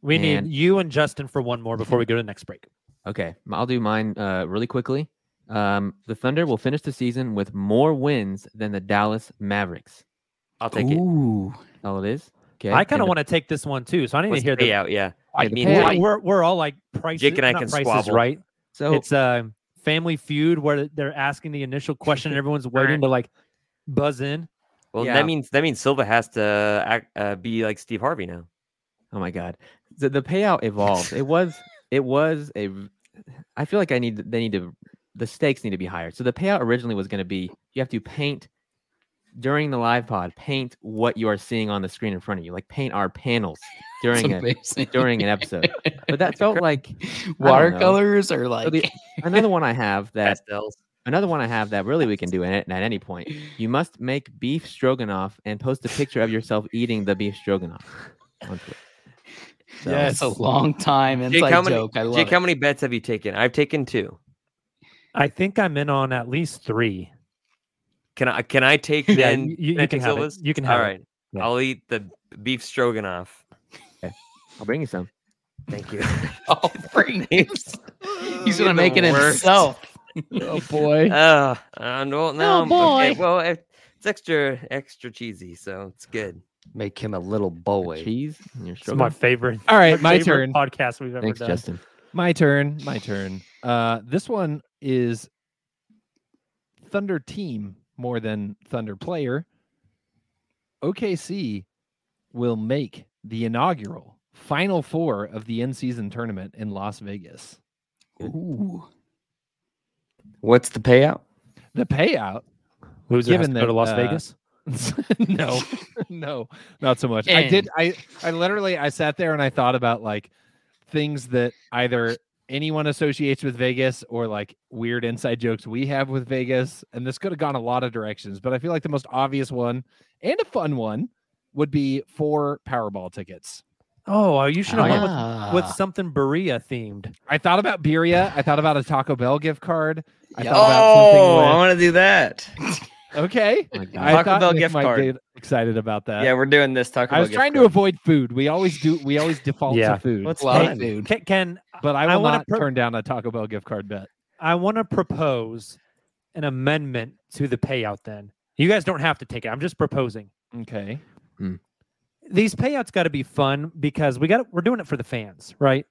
We
And-
need you and Justin for one more before we go to the next break.
Okay, m- I'll do mine uh, really quickly. Um, the Thunder will finish the season with more wins than the Dallas Mavericks.
I'll take it.
Ooh.
Oh, it is. Okay,
I kind of
and the-
want to take this one too, so I need
What's
to hear
the
the
payout? Yeah.
I,
Yeah, the
we're,
payout.
we're, we're all like prices.
Jake and I
not
can
prices,
squabble.
right?
So
it's a Family Feud where they're asking the initial question, and everyone's waiting to like buzz in.
Well,
Yeah.
that means that means Silva has to act, uh, be like Steve Harvey now.
Oh my god, the, the payout evolved. It was it was a. v- I feel like I need to- they need to the stakes need to be higher. So the payout originally was going to be you have to paint during the live pod paint what you are seeing on the screen in front of you, like paint our panels during a,
amazing. *laughs*
during an episode. But that felt like
Watercolors are
So
like *laughs*
the- another one I have
*laughs*
that
Pastels.
another one I have that really we can do it at any point. You must make beef stroganoff and post a picture of yourself eating the beef stroganoff. on Twitter. So-
that's a long time inside
Jake, how many,
joke. I love
Jake,
it.
how many bets have you taken? I've taken two.
I think I'm in on at least three.
Can I can I take
Yeah,
then?
you- you
I
can
take
have it.
Silva's?
You can
All
have it.
right.
Yeah.
I'll eat the beef stroganoff.
I'll bring you some.
Thank
*laughs*
you. *laughs*
Oh, bring this. *laughs* He's
You're
gonna
the
make it
worst.
himself.
Oh boy.
Uh, uh, no, no, okay,
boy.
well, it- it's extra extra cheesy, so it's good.
Make him a little boy.
Cheese and your
It's my
stroganoff.
favorite.
All right, my
favorite
turn.
Podcast we've ever
Thanks,
done.
Justin.
My turn. My turn. Uh, this one is Thunder team more than Thunder player. OKC will make the inaugural Final Four of the in-season tournament in Las Vegas.
Ooh.
What's the payout?
The payout,
Loser has
Given
to go to
that,
Las
uh,
Vegas.
*laughs* no, no, not so much. I did. I I literally I sat there and I thought about like things that either anyone associates with Vegas or like weird inside jokes we have with Vegas. And this could have gone a lot of directions, but I feel like the most obvious one and a fun one would be four Powerball tickets.
Oh, uh, you should have went with-
Ah.
with, something Berea themed.
I thought about Birria. I thought about a Taco Bell gift card. I
Yeah. Oh,
thought about something with,
want to Oh, do that.
*laughs* okay.
Oh my God.
I
Taco
thought
Bell
Nick
gift
might
card.
get excited about that.
yeah, we're doing this. Taco
I was
Bell gift
trying to
card.
avoid food. We always do. We always default
Yeah.
to food.
What's
A lot of
fun?
food.
Can, can
But I
I
will
wanna
not
pro-
turn down a Taco Bell gift card bet.
I want to propose an amendment to the payout? Then you guys don't have to take it. I'm just proposing.
Okay.
these payouts got to be fun because we got we're doing it for the fans, right?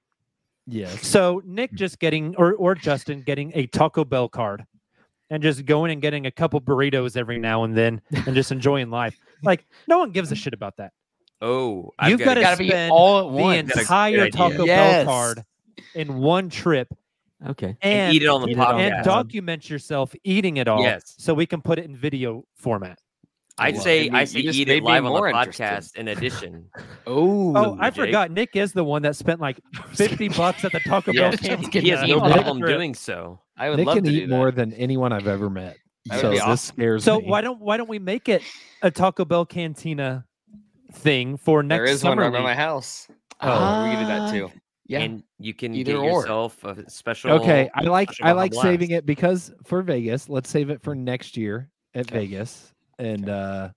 Yes.
So Nick just getting or or Justin getting a Taco Bell card and just going and getting a couple burritos every now and then and just enjoying life. Like no one gives a shit about that.
Oh,
You've
got
gotta
Gotta be
spend
all at
The
once.
That's a
entire
good idea.
Taco Bell
Yes.
card in one trip
Okay.
and,
eat it on the
and
podcast.
document yourself eating it all.
Yes.
so we can put it in video format.
I'd
Well,
say
maybe
I
you
say
just
eat
may
it
be
live on the
more
podcast.
interested.
*laughs*
In addition,
Oh,
Oh, I
Jake.
forgot. Nick is the one that spent like
*laughs*
fifty bucks at the Taco Bell
Yes.
canteen.
he has
Yeah.
no
Yeah.
problem doing so.
I would
They
love
can
to
eat
do that.
more than anyone I've ever met.
That would
so
be awesome.
this scares
So
me.
why don't why don't we make it a Taco Bell Cantina thing for next
there is one
summer?
right by
league?
my house.
Oh.
we could do that too.
yeah.
and you can
Either
get
or.
yourself a special.
Okay, I like
special
I
Baja
like
Blast.
saving it because for Vegas, let's save it for next year at Vegas, and uh,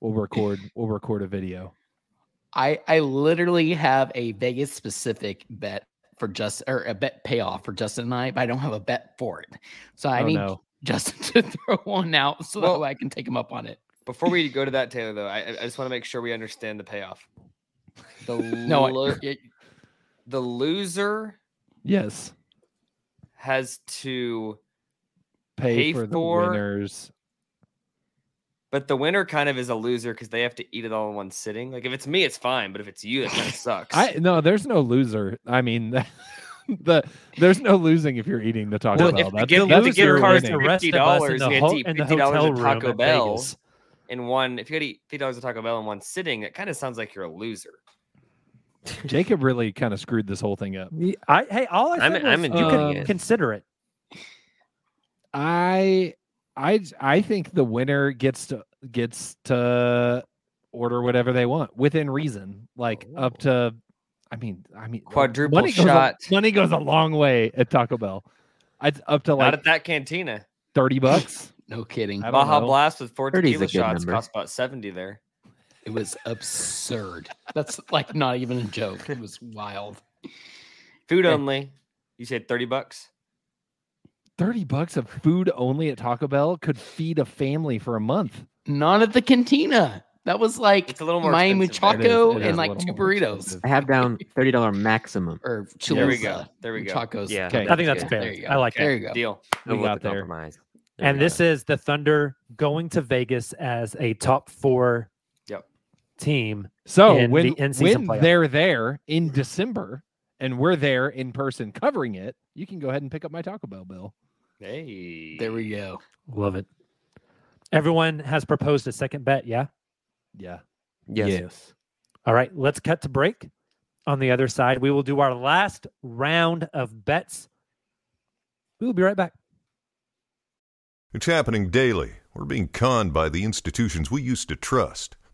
we'll record we'll record a video.
I I literally have a Vegas specific bet for just or a bet payoff for Justin and I, but I don't have a bet for it. So I
oh
need
no!
Justin *laughs* to throw one out so that
Well-
way I can take him up on it.
Before we go to that, Taylor, though, I, I just want to make sure we understand the payoff. The
No, I-
lo- the loser
Yes,
has to,
pay,
Pay
for, the
for-
winners.
but the winner kind of is a loser because they have to eat it all in one sitting. Like if it's me, it's fine, but if it's you, that kind of sucks.
I no, there's no loser. I mean, the there's no losing if you're eating the Taco
Well,
Bell.
if the
That's,
gift-
that's
if the gift
your
Loser
card's
was
winning.
the
$50
rest of us in the, ho-
and you have to
in
eat
the
$50 at
hotel room
Taco
at
Bell.
Vegas.
in one, if you got to eat fifty dollars of Taco Bell in one sitting, it kind of sounds like you're a loser.
Jacob really kind of screwed this whole thing up.
Y- I, hey, all I
I'm-
said
I'm
was you
enjoying
can
um,
it.
consider it.
I I j- I think the winner gets to gets to order whatever they want within reason, like up to. I mean, I mean,
Quadruple
goes a-
shot.
money goes a long way at Taco Bell. It's up to
Not
like
at that cantina.
*laughs*
thirty bucks.
No kidding.
I don't
Baja
know.
Blast with four
30 is a
tequila
good
shots
number.
cost about seventy there.
It was absurd. That's like not even a joke. It was wild.
Food
Eh.
only. You said thirty bucks.
30 bucks of food only at Taco Bell could feed a family for a month.
Not at the cantina. That was like
it's a little
more
Miami
expensive. It is-
Choco
it is
and
a
like
little
two
more
burritos.
I have down thirty dollar maximum.
*laughs* Or
There we go.
uh,
There we go.
Chacos.
Yeah,
Okay, I think that's fair.
There you go.
I like it.
There you go.
Deal.
We
We
got
got the
there.
compromise. There
And
we go.
this is the Thunder going to Vegas as a top four
Yep.
team.
So
in
when,
the in-season
when
playoff.
they're there in December and we're there in person covering it, you can go ahead and pick up my Taco Bell bill.
Hey.
There we go.
Love it. Everyone has proposed a second bet, yeah?
Yeah.
Yes.
All right, let's cut to break. On the other side, we will do our last round of bets. We will be right back.
It's happening daily. We're being conned by the institutions we used to trust.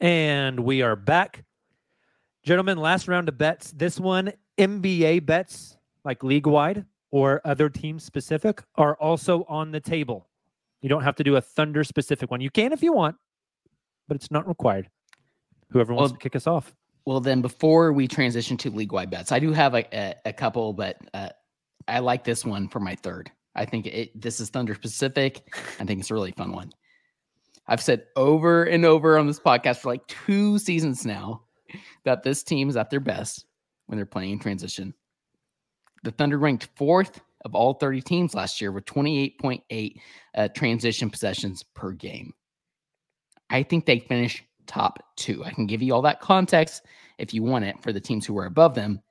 And we are back. Gentlemen, last round of bets. This one, NBA bets, like league wide or other team specific, are also on the table. You don't have to do a Thunder specific one. You can if you want, but it's not required. Whoever wants
Well-
to kick us off.
Well, then before we transition to league wide bets, I do have a, a, a couple, but uh, I like this one for my third. I think it, this is Thunder specific. I think it's a really fun one. I've said over and over on this podcast for like two seasons now that this team is at their best when they're playing in transition. The Thunder ranked fourth of all 30 teams last year with 28.8 uh, transition possessions per game. I think they finish top two. I can give you all that context if you want it for the teams who were above them,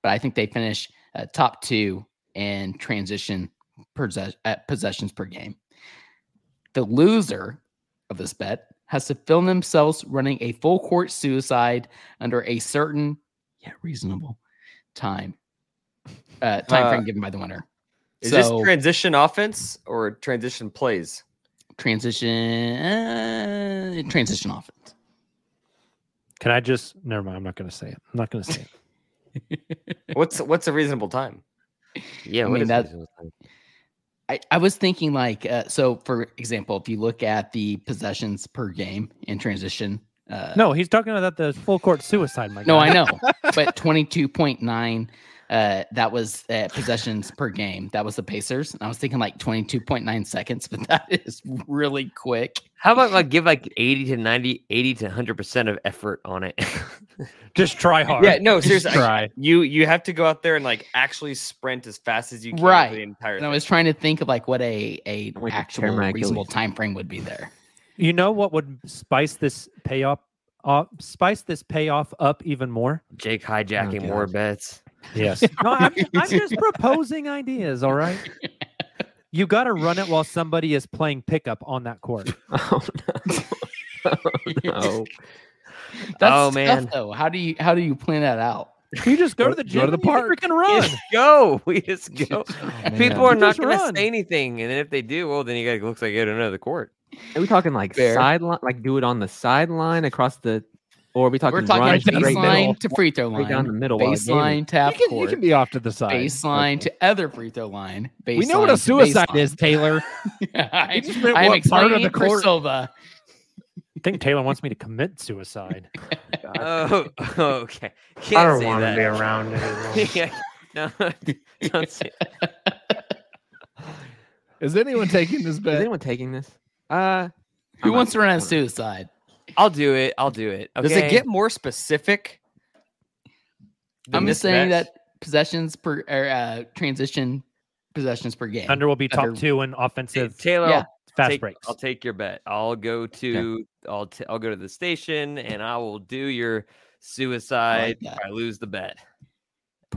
but I think they finish uh, top two in transition possess- uh, possessions per game. The loser of this bet has to film themselves running a full court suicide under a certain yet reasonable time uh, time frame
Uh,
given by the winner.
Is
So-
this transition offense or transition plays?
transition uh, transition offense.
Can I just? Never mind. I'm not going to say it. I'm not going to say it.
What's what's a reasonable time?
Yeah.
I
what
mean,
is
that-
reasonable time?
I, I was thinking like uh, so for example if you look at the possessions per game in transition uh,
*laughs* No, he's talking about the full court suicide, my
no
guy.
I know but 22.9 uh, that was uh, possessions per game that was the Pacers and I was thinking like 22.9 seconds but *laughs* that is really quick
How about like give like 80 to 90, 80 to 100% of effort on it?
Just try hard.
Yeah, no, seriously. I-
Try.
you you have to go out there and like actually sprint as fast as you can for
Right.
the entire
and I
thing.
was trying to think of like what a a
like to tear
actual
my
reasonable
Achilles.
time frame would be there
You know what would spice this payoff up? Spice this payoff up even more.
Jake hijacking
Oh,
more *laughs*
gosh.
bets.
Yes. *laughs* No, I'm, I'm just proposing ideas. All right. You got to run it while somebody is playing pickup on that court.
*laughs* Oh no.
*laughs*
Oh,
that's
Oh,
tough,
man.
though how do you how do you plan that out
You just go to
Go-
the
go
gym.
to the
and you freaking run.
*laughs* Just go. We *laughs* just go.
no.
Oh, People are
You
not
just
going to
run.
say anything. And then if they do, well, then you got to looks like you go to another court.
Are we talking like
Fair.
sideline, like do it on the sideline across the, or are we talking,
we're talking
run straight middle,
baseline to free throw
right
line
down the middle, while the game is-
baseline tap
You can, you
court,
can be off to the side.
baseline to other free throw line. Baseline
We know what a
to
suicide
baseline.
is,
*laughs*
Taylor.
*laughs* I,
You just meant
I am
what part of the
explaining it for
court?
Silva.
I think Taylor wants me to commit suicide.
Oh, *laughs* okay. Can't
I don't
say
want to
that.
be
*laughs*
around anymore.
Yeah. No, don't say
Is anyone taking this
Is
bet?
anyone taking this? Uh,
Who
I'm
wants
not
to run a
taking
suicide?
I'll do it. I'll do it.
Does it
okay?
get more specific?
I'm
than
just saying
mismatch?
that possessions per or, uh, transition possessions per game.
Thunder will be top
Thunder-
two in offensive.
Taylor,
Yeah.
I'll
Fast
take,
breaks.
I'll take your bet. I'll go to I'll t- I'll go to the station and I will do your suicide. if I lose the bet.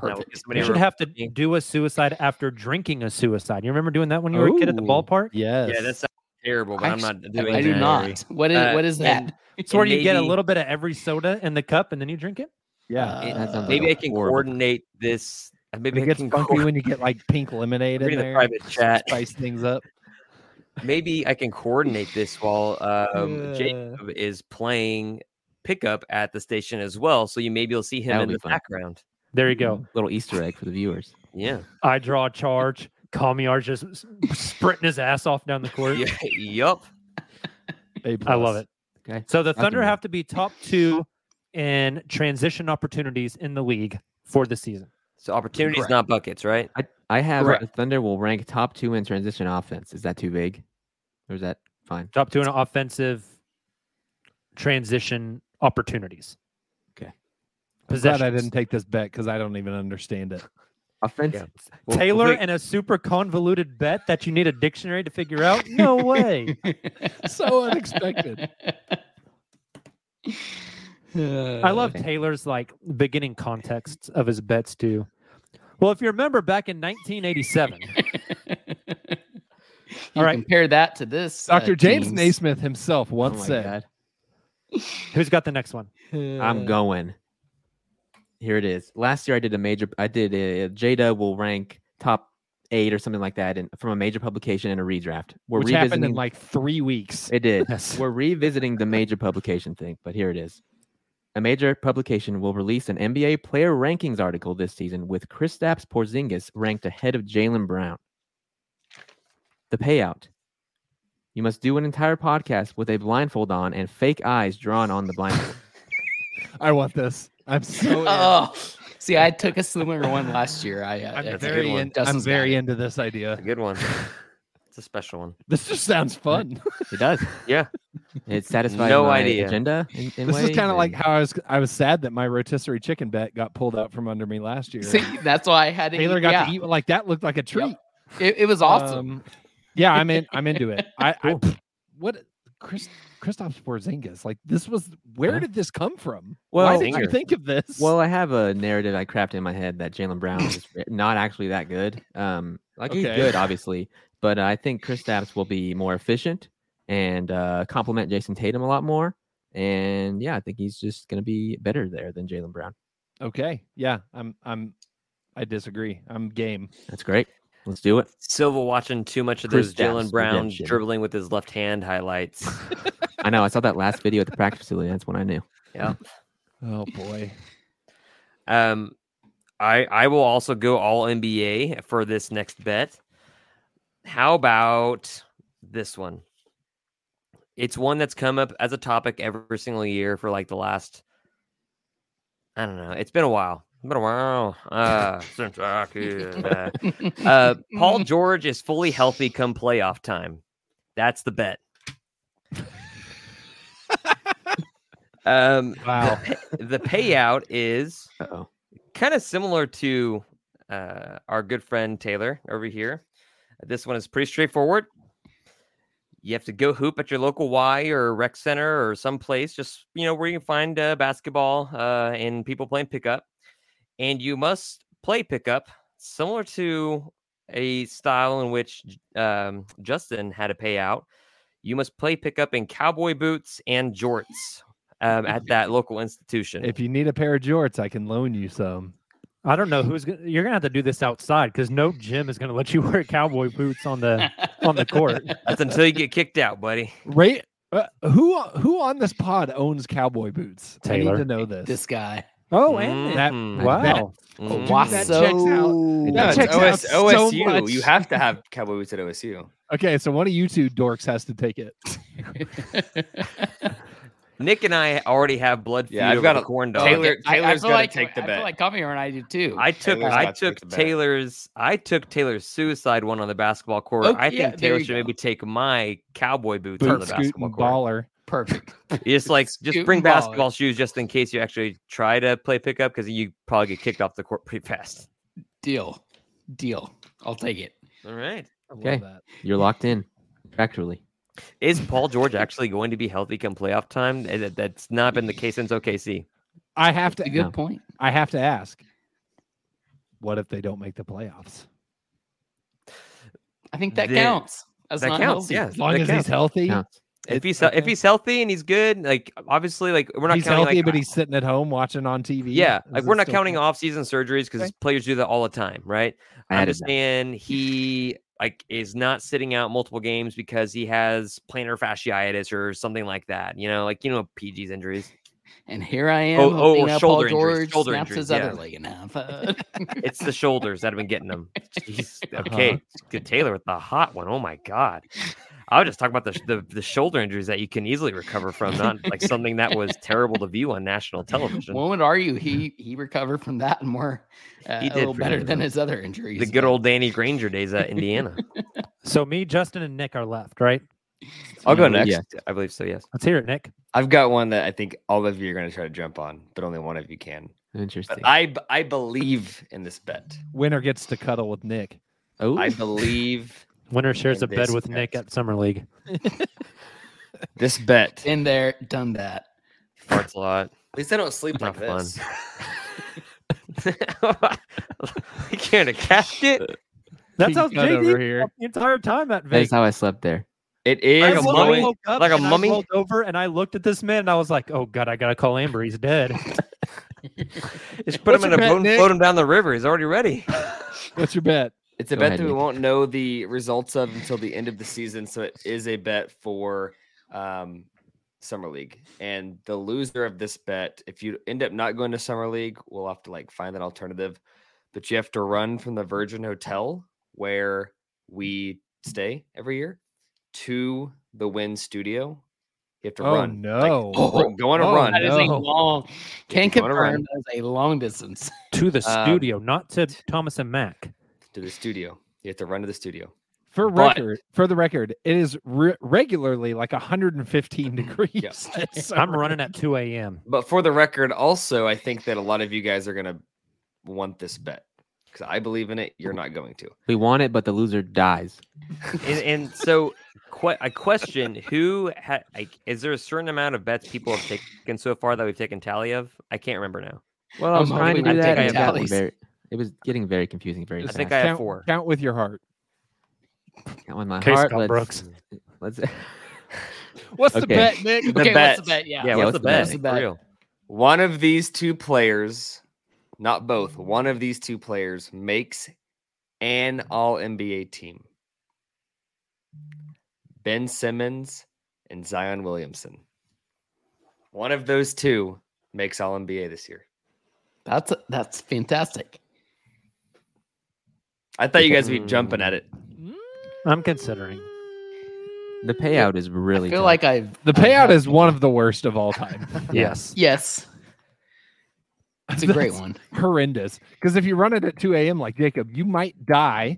And I will get
Perfect.
somebody
You
to
should
re-
have to do a suicide after drinking a suicide. You remember doing that when you were a kid at the
Ooh,
ballpark?
Yes.
Yeah, that's terrible, but
I
I'm not
s-
doing.
I do
that.
not. What is- what is that?
and-
It's where
and
you get a
maybe-
little bit of every soda in the cup and then you drink it.
Yeah.
it-
that sounds
maybe I
like
can
horrible.
coordinate this. uh,
Maybe
Maybe
it
I
gets
can
funky
coor-
when you get like pink lemonade
We're
in
in the
there.
private chat.
Spice things up.
*laughs* maybe I can coordinate this while um,
Yeah.
Jacob is playing pickup at the station as well. So you maybe you'll see him
That would
in
be
the
fun.
background.
There you go.
Little Easter egg for the viewers.
Yeah.
I draw a charge. Kamiar's just s- sprinting his ass off down the court.
yeah. Yup.
I love it.
Okay.
So the
Nothing
Thunder
wrong.
have to be top two in transition opportunities in the league for the season.
So opportunities,
Correct.
not buckets, right?
I, I have
Correct.
the Thunder will rank top two in transition offense. Is that too big? Or is that fine?
Top two in offensive transition opportunities.
Okay.
I'm glad
I'm
I
Possessions.
didn't take this bet because I don't even understand it.
Offense.
Yeah.
well,
Taylor
wait,
and a super convoluted bet that you need a dictionary to figure out? No way.
So unexpected.
*sighs*
I love
*laughs*
Okay.
Taylor's like beginning contexts of his bets too. Well, if you remember back in 1987,
All
right.
right. Compare that to this. uh,
Dr. James
team's-
Naismith himself
oh
once
my
said,
God.
who's got the next one?
Uh,
Uh,
I'm going. Here it is. Last year I did a major. I did a, Jada will rank top eight or something like that, and from a major publication and a redraft. We're
which happened in like three weeks.
It did.
Yes.
We're revisiting the major publication thing, but here it is. A major publication will release an NBA player rankings article this season with Kristaps Porzingis ranked ahead of Jalen Brown. The payout. You must do an entire podcast with a blindfold on and fake eyes drawn on the blindfold.
I want this. I'm
*laughs*
so in.
*laughs* Oh, see, I took a similar one last year. I, uh,
I'm
I-
very,
Dustin's
in,
got
I'm very
it. *laughs*
into this
A
idea.
good one. *laughs* It's a special one.
This just sounds fun. *laughs*
it does.
Yeah.
It satisfies
No
my
idea.
agenda. In, in
This is
ways,
kind of like
and
how I was. I was sad that my rotisserie chicken bet got pulled out from under me last year.
See, that's why I had to.
*laughs* Taylor
eat-
got
yeah,
to eat like that. Looked like a treat.
It, it was awesome.
Um, yeah, I'm in. I'm into it. I, I *laughs* what Chris Christoph Porzingis? Like this was where
Huh?
did this come from? Why
Well-
did you
Zinger.
think of this?
Well, I have a narrative I crapped in my head that Jalen Brown is re- not actually that good. Um, like he's
Okay.
good, obviously, but I think Chris Stapps will be more efficient and uh, complement Jason Tatum a lot more. And yeah, I think he's just going to be better there than Jalen Brown.
okay, yeah, I'm. I'm. I disagree. I'm game.
That's great. Let's do it.
Silva watching too much of those
Kristaps
Jalen Brown
redemption.
dribbling with his left hand highlights.
I know. I saw that last video at the practice facility. That's when I knew.
yeah.
Oh boy.
Um, I I will also go all NBA for this next bet. How about this one? It's one that's come up as a topic every single year for like the last. I don't know. It's been a while. It's been a while uh, *laughs* since I could. *laughs* Uh, uh, Paul George is fully healthy come playoff time. That's the *laughs* bet. um,
Wow.
the payout is
Uh-oh.
kind of similar to uh, our good friend Taylor over here. This one is pretty straightforward. You have to go hoop at your local Y or rec center or someplace, just you know where you can find uh, basketball uh, and people playing pickup. And you must play pickup, similar to a style in which um, Justin had a payout. You must play pickup in cowboy boots and jorts um, at
*laughs*
that local institution.
*laughs* If you need a pair of jorts, I can loan you some.
I don't know who's gonna, you're gonna have to do this outside because no gym is gonna let you *laughs* wear cowboy boots on
Um,
*laughs*
the on
*laughs*
the court.
That's until you get kicked out, buddy.
Right? Uh, who who on this pod owns cowboy boots? I
Taylor.
need to know this.
This guy.
Oh,
and-
that
Mm.
wow.
Mhm.
Wow. that checks out.
*laughs*
Wasso.
That
No, it's
checks out
OS,
so
OSU. you
much.
have to
*laughs*
have cowboy boots at OSU.
Okay, so one of you two dorks has to take it.
Nick and I already have blood feud
Yeah, I've
over
got
the
a-
corn dog.
Taylor-
I- I
Taylor's
feel
gotta
like-
take the
I
bet.
feel like Comier and I do too.
I took
Taylor's
I
got to
took
take the bet.
Taylor's I took Taylor's suicide one on the basketball court.
Okay,
I
yeah,
think
there
Taylor
you
should
go.
maybe take my cowboy boots on
Boot
the
scooting
basketball court.
baller.
Perfect.
You just *laughs* like just
Scoot
bring
and ball it.
basketball shoes just in case you actually try to play pickup because you probably get kicked off the court pretty fast.
Deal. Deal. I'll take it.
All right. I
Okay. You're locked in contractually.
Is Paul George actually going to be healthy come playoff time? Eh, that- That's not been the case since OKC.
I have to.
a good point.
I have to ask. What if they don't make the playoffs?
I think that
The-
counts. That's
that
not
counts.
healthy.
Yeah,
As long
that
as
counts.
he's healthy.
Counts.
If
It-
he's hel- if
okay.
he's healthy and he's good, like obviously, like we're not
he's
counting
healthy,
like,
but he's sitting at home watching on TV.
Yeah,
Is
like
it
we're not
still
counting
count?
off season surgeries because
Okay.
players do that all the time, right?
I
I'm
added
just
that.
saying he like is not sitting out multiple games because he has plantar fasciitis or something like that. You know, like you know PG's injuries.
And here I am.
Oh,
hoping
oh,
that
shoulder
Paul
injuries,
George
shoulder
snaps
injuries,
his
yeah.
other leg
*laughs*
in half. *laughs* Uh,
It's the shoulders that have been getting them.
*laughs*
Jeez.
Uh-huh.
Okay, good Taylor with the hot one. Oh my god. I was just talking about the, sh- the the shoulder injuries that you can easily recover from, not like something that was terrible to view on national television.
What would argue he he recovered from that and more uh,
He
a
did
little
for
better
sure.
than his other injuries.
the good
but-
old Danny Granger days at Indiana.
So me, Justin, and Nick are left, right?
I'll go
Yeah.
next.
Yeah.
I believe so. Yes.
Let's hear it, Nick.
I've got one that I think all of you are going to try to jump on, but only one of you can.
Interesting.
But Uh, I b- I believe in this bet.
Winner gets to cuddle with Nick.
oh,
I believe
Winner shares a
And
bed
this
with Nick
gets-
at summer league.
*laughs* this bet.
In there, done that.
Farts a lot.
At least I don't sleep
Not
like
fun.
this.
*laughs* like you're in a casket.
That's how
Peanut over
JD
here.
felt the entire time at
that's
Vegas.
how I slept there.
It
I
is
a
woke-
mummy?
woke up
Like a
and I
mummy?
rolled over and I looked at this man and I was like, "Oh God, I gotta call Amber. He's dead."
Just put
What's
him in
your
a
bet,
boat and
Nick?
float him down the river. He's already ready.
What's your bet?
It's a
Go
bet
ahead,
that we
Nick.
won't know the results of until the end of the season. So it is a bet for um, summer league, and the loser of this bet, if you end up not going to summer league, we'll have to like find an alternative. But you have to run from the Virgin Hotel where we stay every year to the Win Studio. You have to
Oh,
run.
no.
like, run- go on a
Oh,
run.
That is
No.
a long. Can
Keep going
confirm
around.
that is a long distance.
to the
Um,
studio, not to Thomas and Mac.
to the studio. You have to run to the studio.
For
But-
record, for the record, it is re- regularly like 115
Mm-hmm.
degrees. at
I'm
summer.
running at 2 a.m.
But for the record, also, I think that a lot of you guys are gonna want this bet because I believe in it. You're not going to.
We want it, but the loser dies.
And, and so, que- I question who ha- like, is there a certain amount of bets people have taken so far that we've taken tally of? I can't remember now.
Well, Um, I
I'm
was trying to
hoping
do
we
that.
take
and it got
tallies.
very, it was getting very confusing very
I
fast.
think
*laughs*
I have
count,
four.
count with your heart.
Count with my
Okay,
heart.
Scott
let's,
Brooks.
Let's. *laughs*
What's
the Okay. bet,
Nick?
The
okay, what's
bet.
the bet? Yeah.
Yeah, what's, the bet?
the bet?
For real.
One of these two players, not both. One of these two players makes an All NBA team. Ben Simmons and Zion Williamson. One of those two makes All NBA this year.
That's that's fantastic.
I thought you guys would be jumping at it.
I'm considering.
The payout is really.
I feel
tough.
like I've
The
I've
payout
had-
is one of the worst of all
*laughs*
time.
Yes.
*laughs* Yes, it's a great
That's
one.
Horrendous. Because if you run it at 2 a.m. like Jacob, you might die.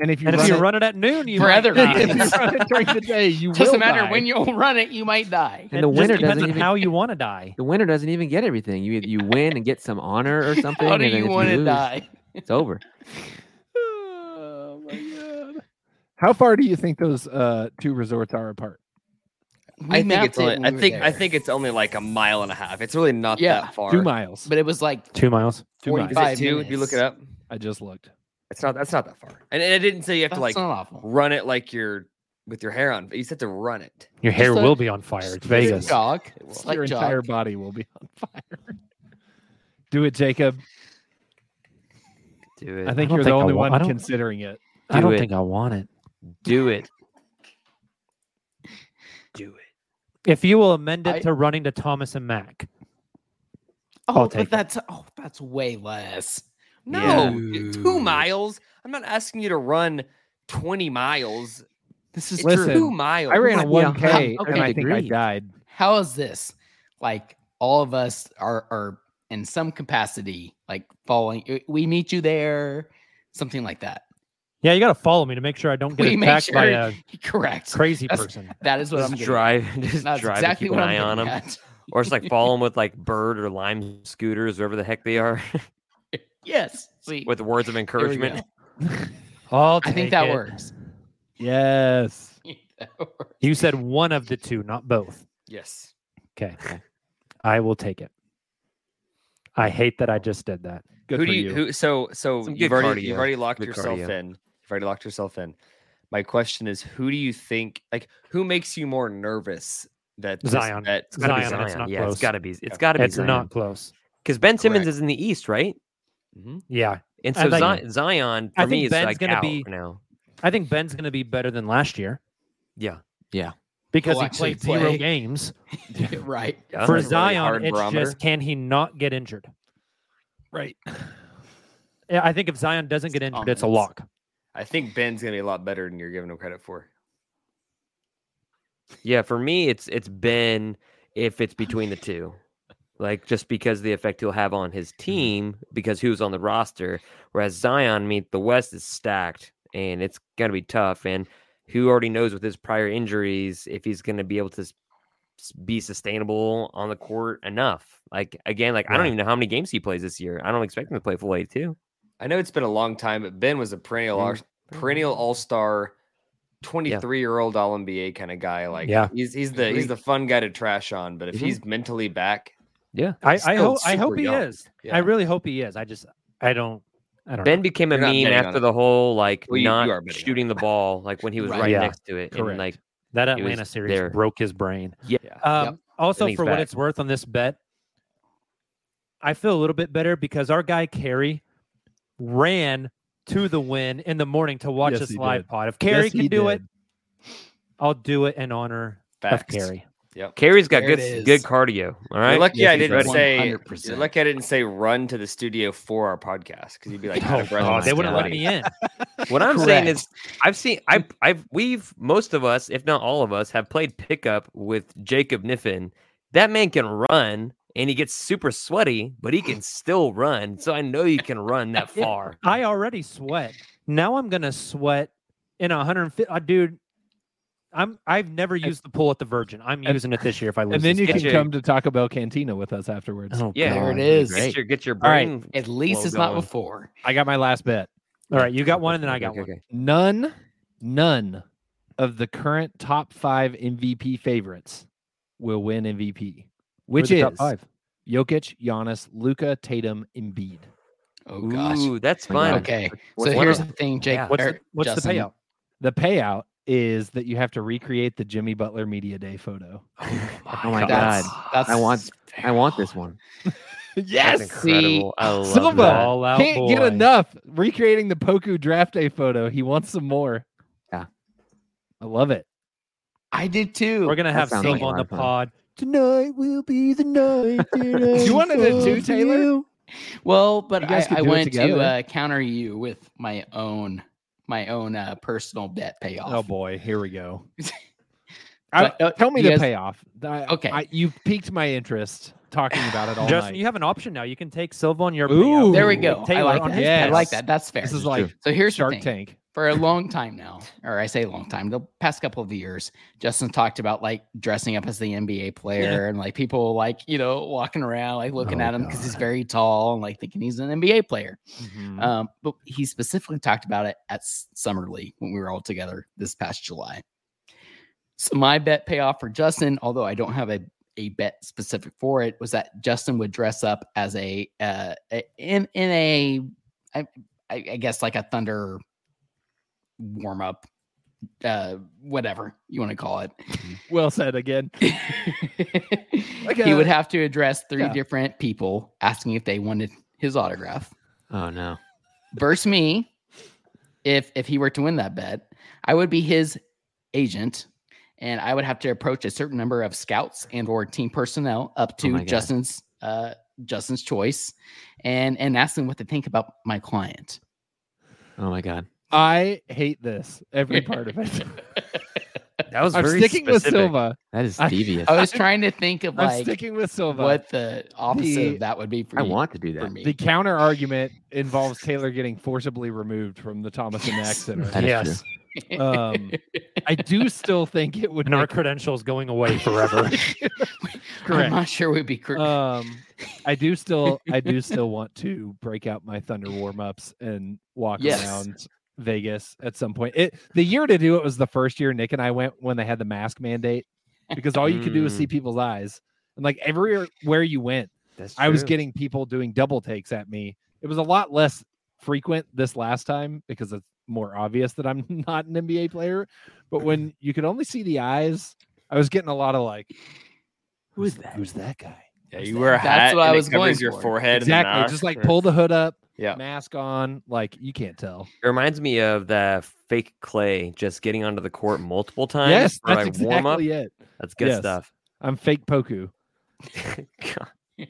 And if you
And
run
if you
it,
run it at noon, you
For
might
other
die.
if
*laughs*
reasons.
you run it during the day, you will
Doesn't matter
die.
when you'll run it, you might die.
And the
It just
winner
depends
doesn't
on
even-
how you want to die.
the winner doesn't even get everything. You you win and get some honor or something.
How
and
do
then if
you want to
lose,
die?
It's over.
Oh my god. *laughs* How far do you think those uh, two resorts are apart?
We
I think
mapped
it's
it
only,
when
I
we were
think I
there,
think it's only like a mile and a half. It's really not
Yeah.
that far.
Two miles.
but it was like
Two miles.
Two
Is
miles.
it
Five
two? Did you look it
minutes.
up?
I just looked.
It's not. That's not that far. And, and I didn't say you have
that's
to like
not awful.
run it like you're with your hair on. You just have to run it.
Your hair
Just a-
will be on fire. It's Vegas.
Jog,
It will.
it's like
Your
jog.
entire body will be on fire. *laughs* do it, Jacob.
Do it.
I think
don't
you're the
think I
only
wa- I
one
don't-
considering it.
I
Do
don't
it.
think I want it.
do it. Do it.
If you will amend it
I-
to running to Thomas and Mac. I'll
Oh,
take it.
but that's oh, that's way less.
No,
Yeah.
dude, two miles. I'm not asking you to run 20 miles.
This
It's
is
Listen,
two
true.
miles. Oh
I ran a
might be a
one K
hundred
and I think I
degrees.
died.
How is this? Like all of us are are in eh, some capacity, like following. We meet you there, something like that. *laughs*
Yeah, you got to follow me to make sure I don't get
We make
attacked by
sure-
a
*laughs* correct
crazy
That's-
person.
That is what
just
I'm getting.
drive, *laughs*
at.
just
That's
drive, and
exactly
keep an
what
eye
I'm
on them,
getting at.
or just like follow them with like bird or lime scooters, wherever the heck they are,
*laughs* Yes. See,
with words of
there we go.
encouragement.
I'll
I think
take
that
it.
works. *laughs*
Yes. You said one of the two, not both.
Yes.
Okay. I will take it. I hate that I just did that. Good
who
for
do you,
you.
Who, so so
Some
you've
good
already you've
cardio.
already locked
Good
yourself
cardio.
in. You've already locked yourself in. My question is, who do you think? Like, who makes you more nervous? That this-
Zion.
That,
It's gotta be Zion, it's not
yeah,
close.
it's gotta be. It's gotta be.
it's not close.
because Ben Simmons
Correct.
is in the East, right?
Mm-hmm.
Yeah.
And
I
so
like-
Zion, Zion
I think
for me is
Ben's
like
gonna
out
be-
now.
I think Ben's going to be better than last year
Yeah,
Yeah.
because
He'll
he
Oh, actually
played zero
play.
games.
*laughs*
*laughs* right.
Yeah,
for
that's a really
Zion,
hard
it's
barometer.
just can he not get injured?
Right.
Yeah, I think if Zion doesn't get injured, it's a
Offense.
lock.
I think Ben's gonna be a lot better than you're giving him credit for.
Yeah, for me, it's it's Ben
*laughs*
if it's between the two, like just because of the effect he'll have on
Mm-hmm.
his team because who's on the roster. Whereas Zion, I mean, the West is stacked and it's gonna be tough. And who already knows with his prior injuries if he's gonna be able to s- s- be sustainable on the court enough. Like again, like I don't
Yeah.
even know how many games he plays this year. I don't expect him to play full eight too.
I know it's been a long time, but Ben was a perennial
Ben
all-
was
perennial All Star, twenty three year old All NBA kind of guy. Like,
Yeah. Mm-hmm.
he's he's the he's
Agreed.
the fun guy to trash on. But if
Mhm.
he's mentally back,
Yeah.
I,
He's
I
still
hope I hope
super
he
young.
is.
Yeah.
I really hope he is. I just I don't I don't
Ben became a
You're not
meme
betting on
after
it.
the whole like
Well, you- you
not
are betting on it.
shooting the ball,
*laughs*
like when he was
Right.
right,
Yeah.
next to it,
know. Correct.
and like
that
was
Atlanta series
there.
broke his brain.
yeah,
Um,
Yep.
Also,
And he's
for what
back.
it's worth on this bet, I feel a little bit better because our guy Carrie ran to the win in the morning to watch
Yes,
this
he
live
did.
pod. If Carrie
Yes,
can
he
do it,
did.
I'll do it in honor
facts.
of Carrie.
Carrie's got
There it
good
is.
good cardio. All
You're
right,
lucky
Yeah,
I
he's
didn't
ready.
say.
100%.
You're lucky I didn't say run to the studio for our podcast because
*laughs*
you'd be like,
Oh,
out of breath
God,
and
Oh, they wouldn't let
sweaty.
me in.
what I'm saying is, I've seen, I've, I've, we've most of us, if not all of us, have played pickup with Jacob Niffin. That man can run, and he gets super sweaty, but he can still run. So I know you can run that far.
*laughs* I already sweat. Now I'm gonna sweat in a 150. Uh, dude, I'm I've never used the pull at the Virgin. I'm
and-
using it this year if I
*laughs*
lose.
And then you
this
can
game.
Gotcha.
come to Taco Bell Cantina with us afterwards.
Oh,
Yeah,
there
God.
it is.
Get your, get your
All right.
brain.
At least
flow
it's not
going.
before.
I got my last bet.
All right, you got one, and then I got
Okay,
one.
okay.
None, none of the current top five MVP favorites will win MVP, which
Who are the
is
top five?
Jokic, Giannis, Luca, Tatum, Embiid.
Oh gosh.
Ooh, that's fun.
My God.
Okay.
What's
so
one
here's
of-
the thing, Jake.
Yeah.
What's the,
or
what's the
Justin,
payout?
The payout is that you have to recreate the Jimmy Butler media day photo.
Oh my
That's,
God.
that's
I want I want this one.
That's
See,
incredible. I love
Silva.
that.
All out
Can't get
boy.
enough recreating the Poku draft day photo. He wants some more.
Yeah.
I love it.
I did too.
We're gonna
That
have
sounds
Silva
like a
on
lot
the
of fun.
pod. Tonight will be
*laughs*
the night. that
You
I
wanted it too,
love
Taylor?
you.
well, but
You guys
I,
could
I
do it
went to
together.
uh, counter you with my own my own uh, personal bet payoff.
Oh boy, here we go. I-
But, uh,
tell me
you
the
guys-
payoff. I-
Okay.
I, you piqued my interest talking about it all
Justin,
night.
you have an option now. You can take Silva on your.
Ooh.
payout.
There we
Ooh,
go.
Taylor
I like
on
that.
his
I like
Yes.
that. That's fair.
this is like
so here's the
Shark
thing.
Tank.
for a long time now, or I say long time, the past couple of years, Justin talked about like dressing up as the NBA player and like people like, you know, walking around, like looking
Oh,
at him because he's very tall and like thinking he's an NBA player.
Mm-hmm.
Um, but he specifically talked about it at S- Summer League when we were all together this past July. So my bet payoff for Justin, although I don't have a, a bet specific for it, was that Justin would dress up as a, uh, a- in in a I, I I guess like a Thunder warm up, uh, whatever you want to call it.
Mm-hmm.
*laughs*
Well said again.
He
a-
would have to address three
yeah.
different people asking if they wanted his autograph
Oh no.
versus me if if he were to win that bet i would be his agent and i would have to approach a certain number of scouts and or team personnel up to
my God.
justin's uh justin's choice and and ask them what they think about my client
Oh my god.
*laughs* I hate this every part of it.
That was
I'm
very
sticking with
specific.
Silva.
That is
I-
devious.
I was trying to think of
I'm
like
sticking with Silva.
what the opposite
The-
of that would be for
I
you-
want to do
for
that.
me.
The counter argument
*laughs*
involves Taylor getting forcibly removed from the Thomas and Mack
Yes.
Center.
*laughs* That is Yes.
Um, I do still think it would.
and our
make-
credentials
*laughs*
going away forever.
I'm
correct.
not sure we'd be correct.
Um, I do still, I do still want to break out my Thunder warm ups and walk
Yes.
around Vegas at some point. It the year to do it was the first year Nick and I went when they had the mask mandate because all you could do was
Mm.
see people's eyes and like everywhere you went,
That's
I was
true.
getting people doing double takes at me. It was a lot less frequent this last time because it's more obvious that I'm *laughs* not an NBA player. But when you could only see the eyes, I was getting a lot of like,
Who is that?
who's that guy?
Yeah,
Who's
you
that
wear a
guy?
hat.
That's what
and
I
it
was
covers
going
your
for.
forehead. And the
Exactly.
mask.
Just like pull the hood up,
Yeah.
mask on. Like you can't tell.
It reminds me of that fake clay just getting onto the court multiple times
yes,
for
that's
a warm up.
exactly it.
That's good
Yes.
stuff.
I'm fake Poku.
God.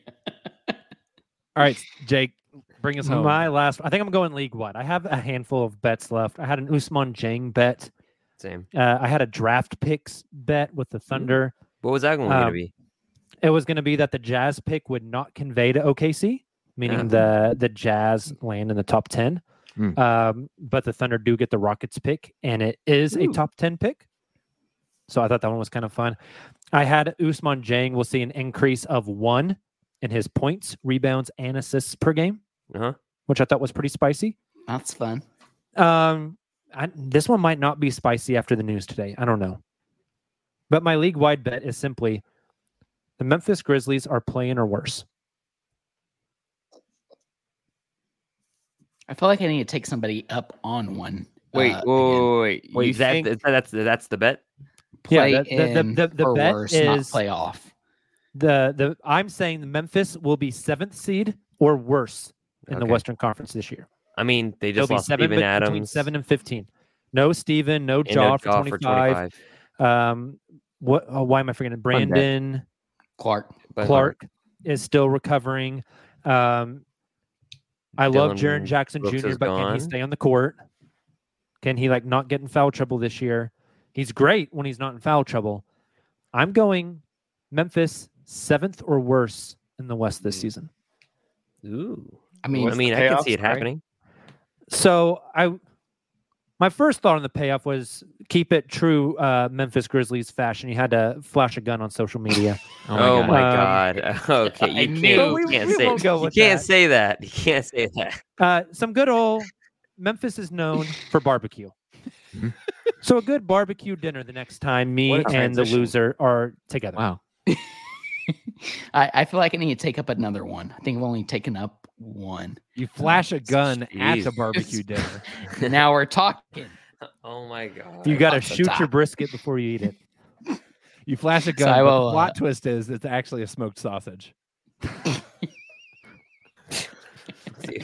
All right, Jake, bring us
Oh,
home.
My last, I think I'm going league one. I have a handful of bets left. I had an Usman Jang bet.
Same.
Uh, I had a draft picks bet with the
Hmm.
Thunder.
What was that going to
Um,
be?
It was going to be that the Jazz pick would not convey to OKC, meaning the the Jazz land in the top ten.
Uh-huh. Hmm.
Um, but the Thunder do get the Rockets pick, and it is a
Ooh.
top ten pick. So I thought that one was kind of fun. I had Usman Jang will see an increase of one in his points, rebounds, and assists per game,
Uh
Uh-huh.
huh.
which I thought was pretty spicy.
That's fun.
Um, I, this one might not be spicy after the news today. I don't know. But my league wide bet is simply the Memphis Grizzlies are playing or worse.
I feel like I need to take somebody up on one.
Wait,
uh, again.
whoa, wait, wait, wait.
Wait,
you
is that,
think-
is that- that's that's the bet.
Play
that- the- the-
in
the- the
or
bet
worse, not
is-
play off.
The the I'm saying the Memphis will be seventh seed or worse in the
Okay.
Western Conference this year.
I mean, they
They'll
just
be
lost
seven
Steven
bet- between
Adams.
seven and fifteen. No Steven, no
and no
Jaw for,
Goff
25. Um, what? Oh, why am I forgetting?
bet.
Brandon.
Clark.
But- um,
Clark is still recovering. Um, I love Jaron
Dylan
Jackson
Brooks
Jr.,
is
but can he
gone.
stay on the court? Can he like not get in foul trouble this year? He's great when he's not in foul trouble. I'm going Memphis seventh or worse in the West
Mm.
this season.
Ooh.
I
I
mean,
mean, I, can see it
Playoffs, right?
happening.
So I, my first thought on the payoff was keep it true uh, Memphis Grizzlies fashion. You had to flash a gun on social media.
Oh,
God.
my
God.
god.
*laughs*
*laughs* okay, *laughs*
I
you can't,
knew-
We-
you can't
we
say
won't go
you
with
can't
that.
say that. You can't say that.
Uh, some good old Memphis is known for barbecue.
Mhm.
so a good barbecue dinner the next time me
What a
and the
transition.
loser are together.
Wow.
I, I feel like I need to take up another one. I think I've only taken up one.
You flash a gun at the
Jesus.
barbecue dinner.
now
*laughs*
we're talking.
Oh my god.
You got to
Lots of
shoot your
time.
brisket before you eat it.
*laughs* You flash a gun.
I
but
will,
the
uh,
plot twist is it's actually a smoked sausage.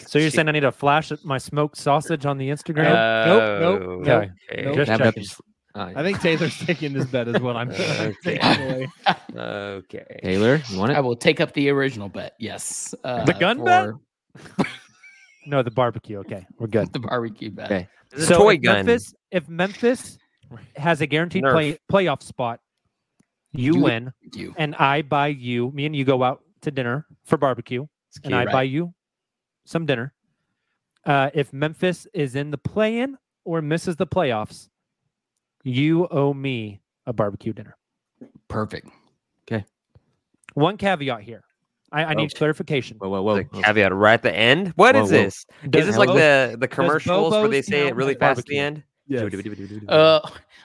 So you're saying I need to flash my smoked sausage on the Instagram?
Nope, nope,
Oh,
nope,
okay.
nope.
Just
That bet
checking.
was- uh,
I think Taylor's taking this bet is what I'm *laughs*
Okay.
taking away.
Okay.
Taylor, you want
I
it?
will take up the original bet. Yes. Uh,
gun bet?
for
No, the barbecue. Okay, we're good.
The barbecue bet.
Okay.
It's a
so
toy
if
gun.
Memphis, if Memphis has a guaranteed
Nerf.
play, playoff spot, you
You-
win,
Thank You.
and I buy you. Me and you go out to dinner for barbecue. and I
Right.
buy you some dinner. Uh, if Memphis is in the play-in or misses the playoffs, you owe me a barbecue dinner.
Perfect.
One caveat here. I, I need clarification.
Whoa, whoa, whoa.
The caveat right at the end. What is
Whoa, whoa.
this?
Does
Is this like
Bo-
the the commercials where they
Bobo's
say
count
it really
as
fast at the
barbecue?
end?
Yes.
Uh,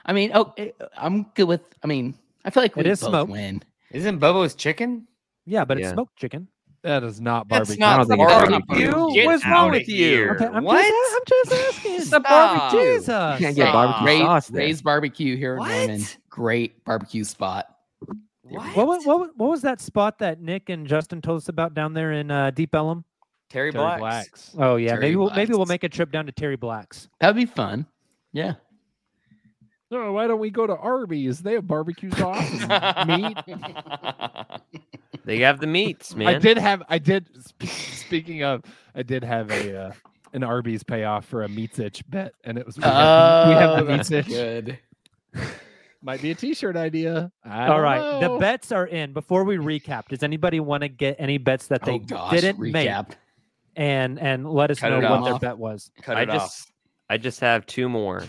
I mean, oh, eh, I'm good with. I mean, I feel like we
It is
both
smoke.
win.
Isn't Bobo's chicken?
Yeah, but it's
Yeah.
smoked chicken.
That is not barbecue.
That's not
I don't think it's
barbecue.
barbecue.
Get
What's
out
wrong with
of
you?
here.
Okay, I'm
what?
just, I'm just asking. It's a
Stop.
barbecue.
You can't
Jesus.
get barbecue
Great,
sauce there.
Ray's barbecue here
What?
in Norman. Great barbecue spot.
What,
What?
wa- what, wa- what was that spot that Nick and Justin told us about down there in uh, Deep Ellum?
Terry,
Terry
Blacks.
Blacks.
Oh yeah,
Terry
maybe we'll maybe we'll
Black's.
make a trip down to Terry Black's.
That'd be fun. Yeah.
No, why don't we go to Arby's? They have barbecue sauce, and meat.
They have the meats, man.
I did have. I did. sp- Speaking of, I did have a uh, an Arby's payoff for a meats itch bet, and it was we have, we have
Oh,
the meats
that's
itch.
good.
Might be a T-shirt idea. I
All
don't
right, the
know.
bets are in. Before we recap, does anybody want to get any bets that they
Oh, gosh,
didn't
recap.
make? And and let us
Cut
know
it
what their
off.
bet was.
I just, I just have two more.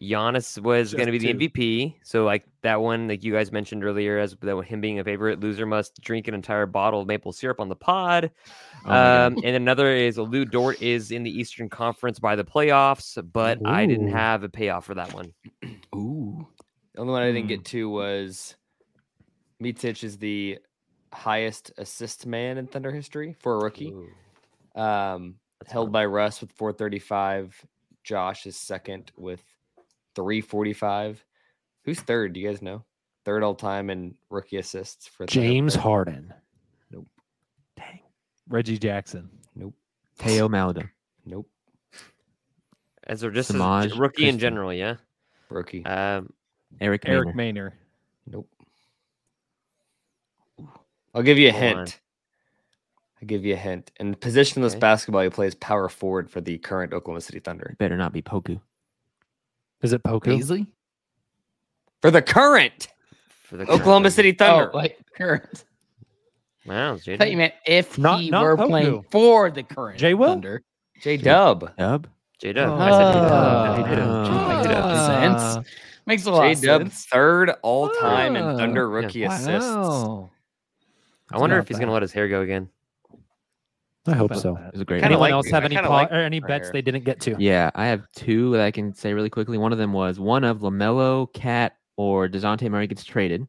Giannis was going to be
Just
the MVP, so like that one, like you guys mentioned earlier, as that one- him being a favorite loser must drink an entire bottle of maple syrup on the pod.
Oh
my
um, and another is Lou Dort is in the Eastern Conference by the playoffs, but I didn't
Ooh.
have a payoff for that one.
Ooh.
The only one I
Hmm.
didn't get to was Mitic is the highest assist man in Thunder history for a rookie. Um, held by Russ with 435. Josh is second with 345. Who's third? Do you guys know? Third all time in rookie assists for Thunder
James
player.
Harden.
Nope.
Reggie Jackson.
Nope.
Teo Malda.
Nope.
As they're just as a
Samaj
rookie in
Christian.
general, yeah.
Rookie.
Um,
Eric
Eric Maynor.
Maynor.
Nope. I'll give you a
Hold on.
hint. I'll give you a hint. In positionless basketball, he plays power forward for the current Oklahoma City Thunder.
Better not be Poku.
Is it Poku?
Paisley?
For the current
for the
Oklahoma City Thunder.
Oh, like current.
Wow,
I
Jaden.
thought you meant if
Not-
he
not
were
Poku.
playing for the current
J. Will?
Thunder.
J Dub.
Dub.
J Dub.
Oh.
Oh,
Makes a lot of sense. Makes a lot
J
of
Dub,
sense.
third all time in
Ah,
Thunder rookie assists.
Oh,
Wow.
I wonder
not
if he's
bad.
going to let his hair go again.
I hope
about
so.
that.
It was a great.
Kinda
Anyone
like-
else have
I
any
kinda
pa-
like
or any
Mayer.
bets they didn't get to?
Yeah, I have two that I can say really quickly. One of them was one of Lamelo, Cat, or Dejounte Murray gets traded.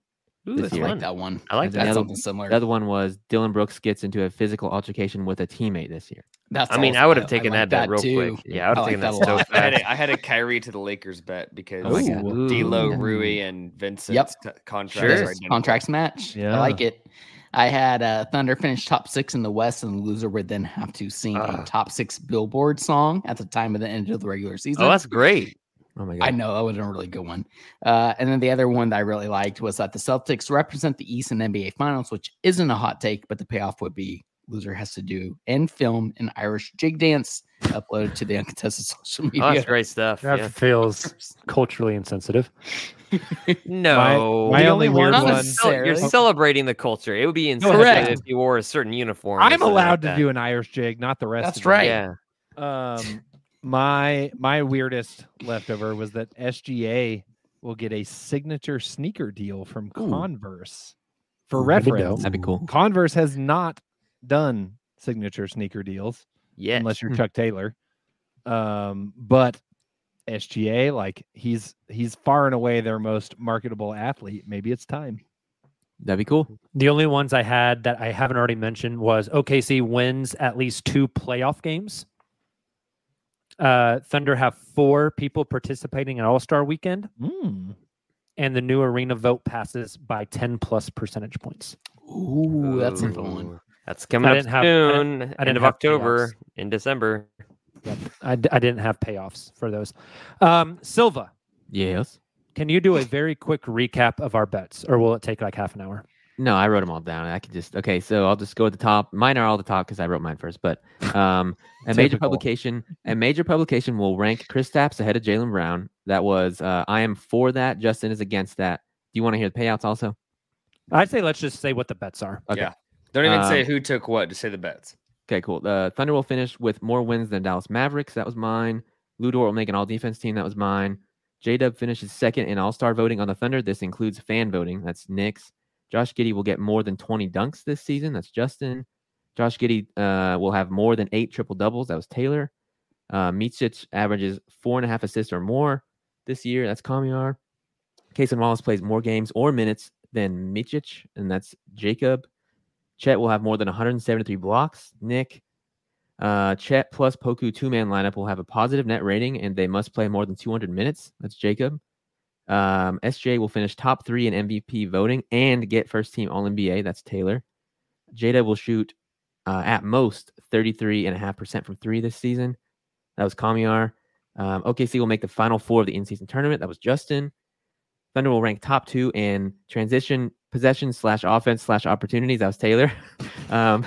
Ooh,
This
that's
I
year.
fun.
like that one.
I like
That's
that.
something similar.
The other one was Dylan Brooks gets into a physical altercation with a teammate this year.
That's
I mean,
also-
I would have
like
taken that, bet real
too.
quick. Yeah, I would
I
have
like
taken
that
that,
a
so
lot.
I had,
fast.
a, I had a Kyrie to the Lakers bet because
Oh my God.
Ooh.
D'Lo,
Ooh.
Rui, and Vincent's t- contracts
Sure.
are identical.
Contracts match.
Yeah.
I like it. I had uh, Thunder finish top six in the West, and the loser would then have to sing
Ah.
a top six Billboard song at the time of the end of the regular season.
*laughs* Oh, that's great.
Oh my god!
I know that was a really good one. Uh, and then the other one that I really liked was that the Celtics represent the East in NBA Finals, which isn't a hot take, but the payoff would be loser has to do and film an Irish jig dance uploaded to the uncontested *laughs* social media.
Oh, that's great stuff.
That
Yeah.
feels *laughs* culturally insensitive.
No,
my
The
only weird
Not
you're
one-
cel- You're
necessarily.
celebrating the culture. It would be insane
Correct.
if you wore a certain uniform. or
I'm
something
allowed
like
to
that.
do an Irish jig, not the rest.
That's
of you.
right.
Yeah,
Um, my my weirdest leftover was that SGA will get a signature sneaker deal from Converse. For
Ooh, that'd be
reference,
That'd be cool.
Converse has not done signature sneaker deals
yeah.
unless you're Chuck Taylor. Um, but SGA, like he's he's far and away their most marketable athlete. Maybe it's time.
That'd be cool.
The only ones I had that I haven't already mentioned was OKC wins at least two playoff games. Uh, Thunder have four people participating in All Star Weekend,
Mm.
and the new arena vote passes by ten plus percentage points.
Ooh, that's a fun
Ooh.
one.
That's coming up
didn't have- I
soon.
didn't- I
end
didn't
of
have
October in December.
I, d- I didn't have payoffs for those. Um, Silva,
Yes.
can you do a very quick recap of our bets, or will it take like half an hour?
No, I wrote them all down. I could just okay. So I'll just go at the top. Mine are all the top because I wrote mine first. But um, a major
Typical.
publication, a major publication will rank Chris Stapps ahead of Jalen Brown. That was uh, I am for that. Justin is against that. Do you want to hear the payouts also?
I'd say let's just say what the bets are.
Okay.
Yeah. Don't even say
Um,
who took what, just say the bets.
Okay, cool. Uh, Thunder will finish with more wins than Dallas Mavericks. That was mine. Ludor will make an all defense team. That was mine. J Dub finishes second in all star voting on the Thunder. This includes fan voting. That's Nick's. Josh Giddy will get more than 20 dunks this season. That's Justin. Josh Giddy uh, will have more than eight triple doubles. That was Taylor. Uh, Micic averages four and a half assists or more this year. That's Kamiar. Kaysen Wallace plays more games or minutes than Micic, and that's Jacob. Chet will have more than 173 blocks. Nick, uh, Chet plus Poku two man lineup will have a positive net rating, and they must play more than 200 minutes. That's Jacob. Um, SJ will finish top three in MVP voting and get first team All NBA. That's Taylor. Jada will shoot uh, at most 33.5% from three this season. That was Kamiar. Um, OKC will make the final four of the in season tournament. That was Justin. Thunder will rank top two in transition possession slash offense slash opportunities. That was Taylor. *laughs* Um,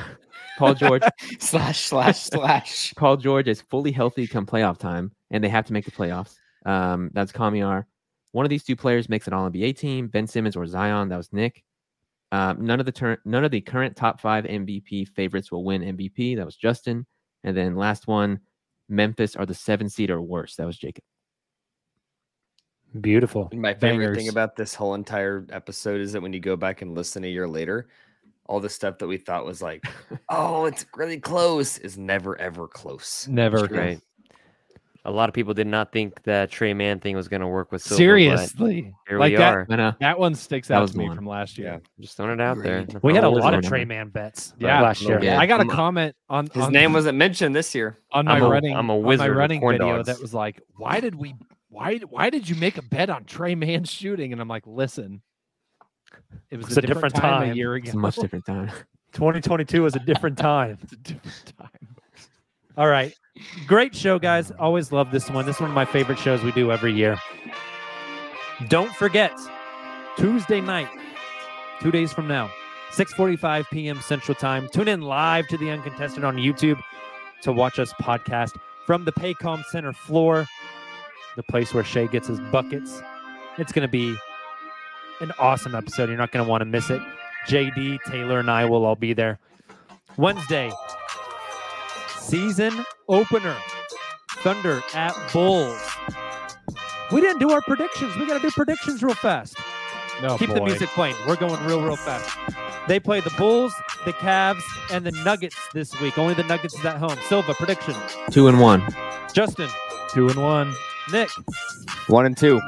Paul George.
slash slash slash.
Paul George is fully healthy come playoff time, and they have to make the playoffs. Um, that's Kamiar. One of these two players makes an All NBA team: Ben Simmons or Zion. That was Nick. Um, none of the turn, none of the current top five MVP favorites will win MVP. That was Justin. And then last one, Memphis are the seven seed or worse. That was Jacob.
Beautiful.
And my favorite
Bangers.
thing about this whole entire episode is that when you go back and listen a year later, all the stuff that we thought was
*laughs*
like, oh, it's really close is never ever close.
Never.
True.
Right. A lot of people did not think that Trey Man thing was going to work with Silver. but
Seriously,
here
like
we
that.
are.
That one sticks
That
out
was
to me
one.
from last year.
Just throwing it out there. No
We had a
problem.
lot of
Doesn't
Trey
matter.
Man bets
Yeah.
last year.
Yeah.
I got a
I'm a-
comment on
His
on-
name wasn't mentioned this year.
on my
I'm a-
running.
I'm a
on
wizard
my
with
running
corn
video
dogs.
that was like, why did we? Why why did you make a bet on Trey Man shooting? And I'm like, listen, it was
It's
a different, time, a year ago.
It's a much different time. *laughs*
2022 was a different time. *laughs* it's a different time. All right. Great show, guys. Always love this one. This is one of my favorite shows we do every year. Don't forget, Tuesday night, two days from now, 6.45 p.m. Central Time. Tune in live to The Uncontested on YouTube to watch us podcast from the Paycom Center floor, the place where Shay gets his buckets. It's going to be an awesome episode. You're not going to want to miss it. JD, Taylor, and I will all be there. Wednesday, season opener, Thunder at Bulls. We didn't do our predictions. We got to do predictions real fast.
No,
Keep the
boy.
music playing. We're going real, real fast. They play the Bulls, the Cavs, and the Nuggets this week. Only the Nuggets is at home. Silva, prediction.
Two and one.
Justin. Two and one. Nick.
One and two.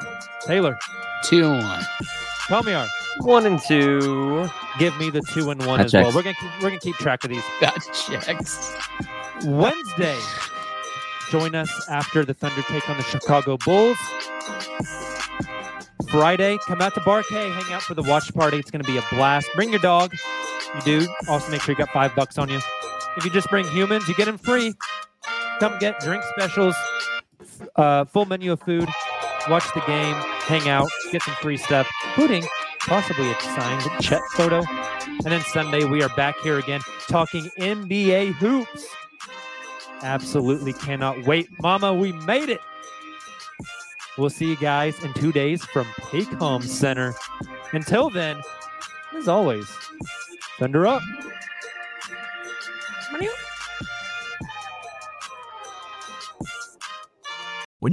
Taylor.
Two and one. *laughs*
Tomiar.
One and two.
Give me the two and one
That
as well.
checks.
We're gonna keep, we're gonna keep track of these.
That checks.
Wednesday. Join us after the Thunder take on the Chicago Bulls. Friday, come out to Bar K, hang out for the watch party. It's going to be a blast. Bring your dog. You do. Also, make sure you got five bucks on you. If you just bring humans, you get them free. Come get drink specials, uh, full menu of food, watch the game, hang out, get some free stuff, including possibly a signed Chet photo. And then Sunday, we are back here again talking NBA hoops. Absolutely cannot wait. Mama, we made it. We'll see you guys in two days from Paycom Center. Until then, as always, Thunder up.
When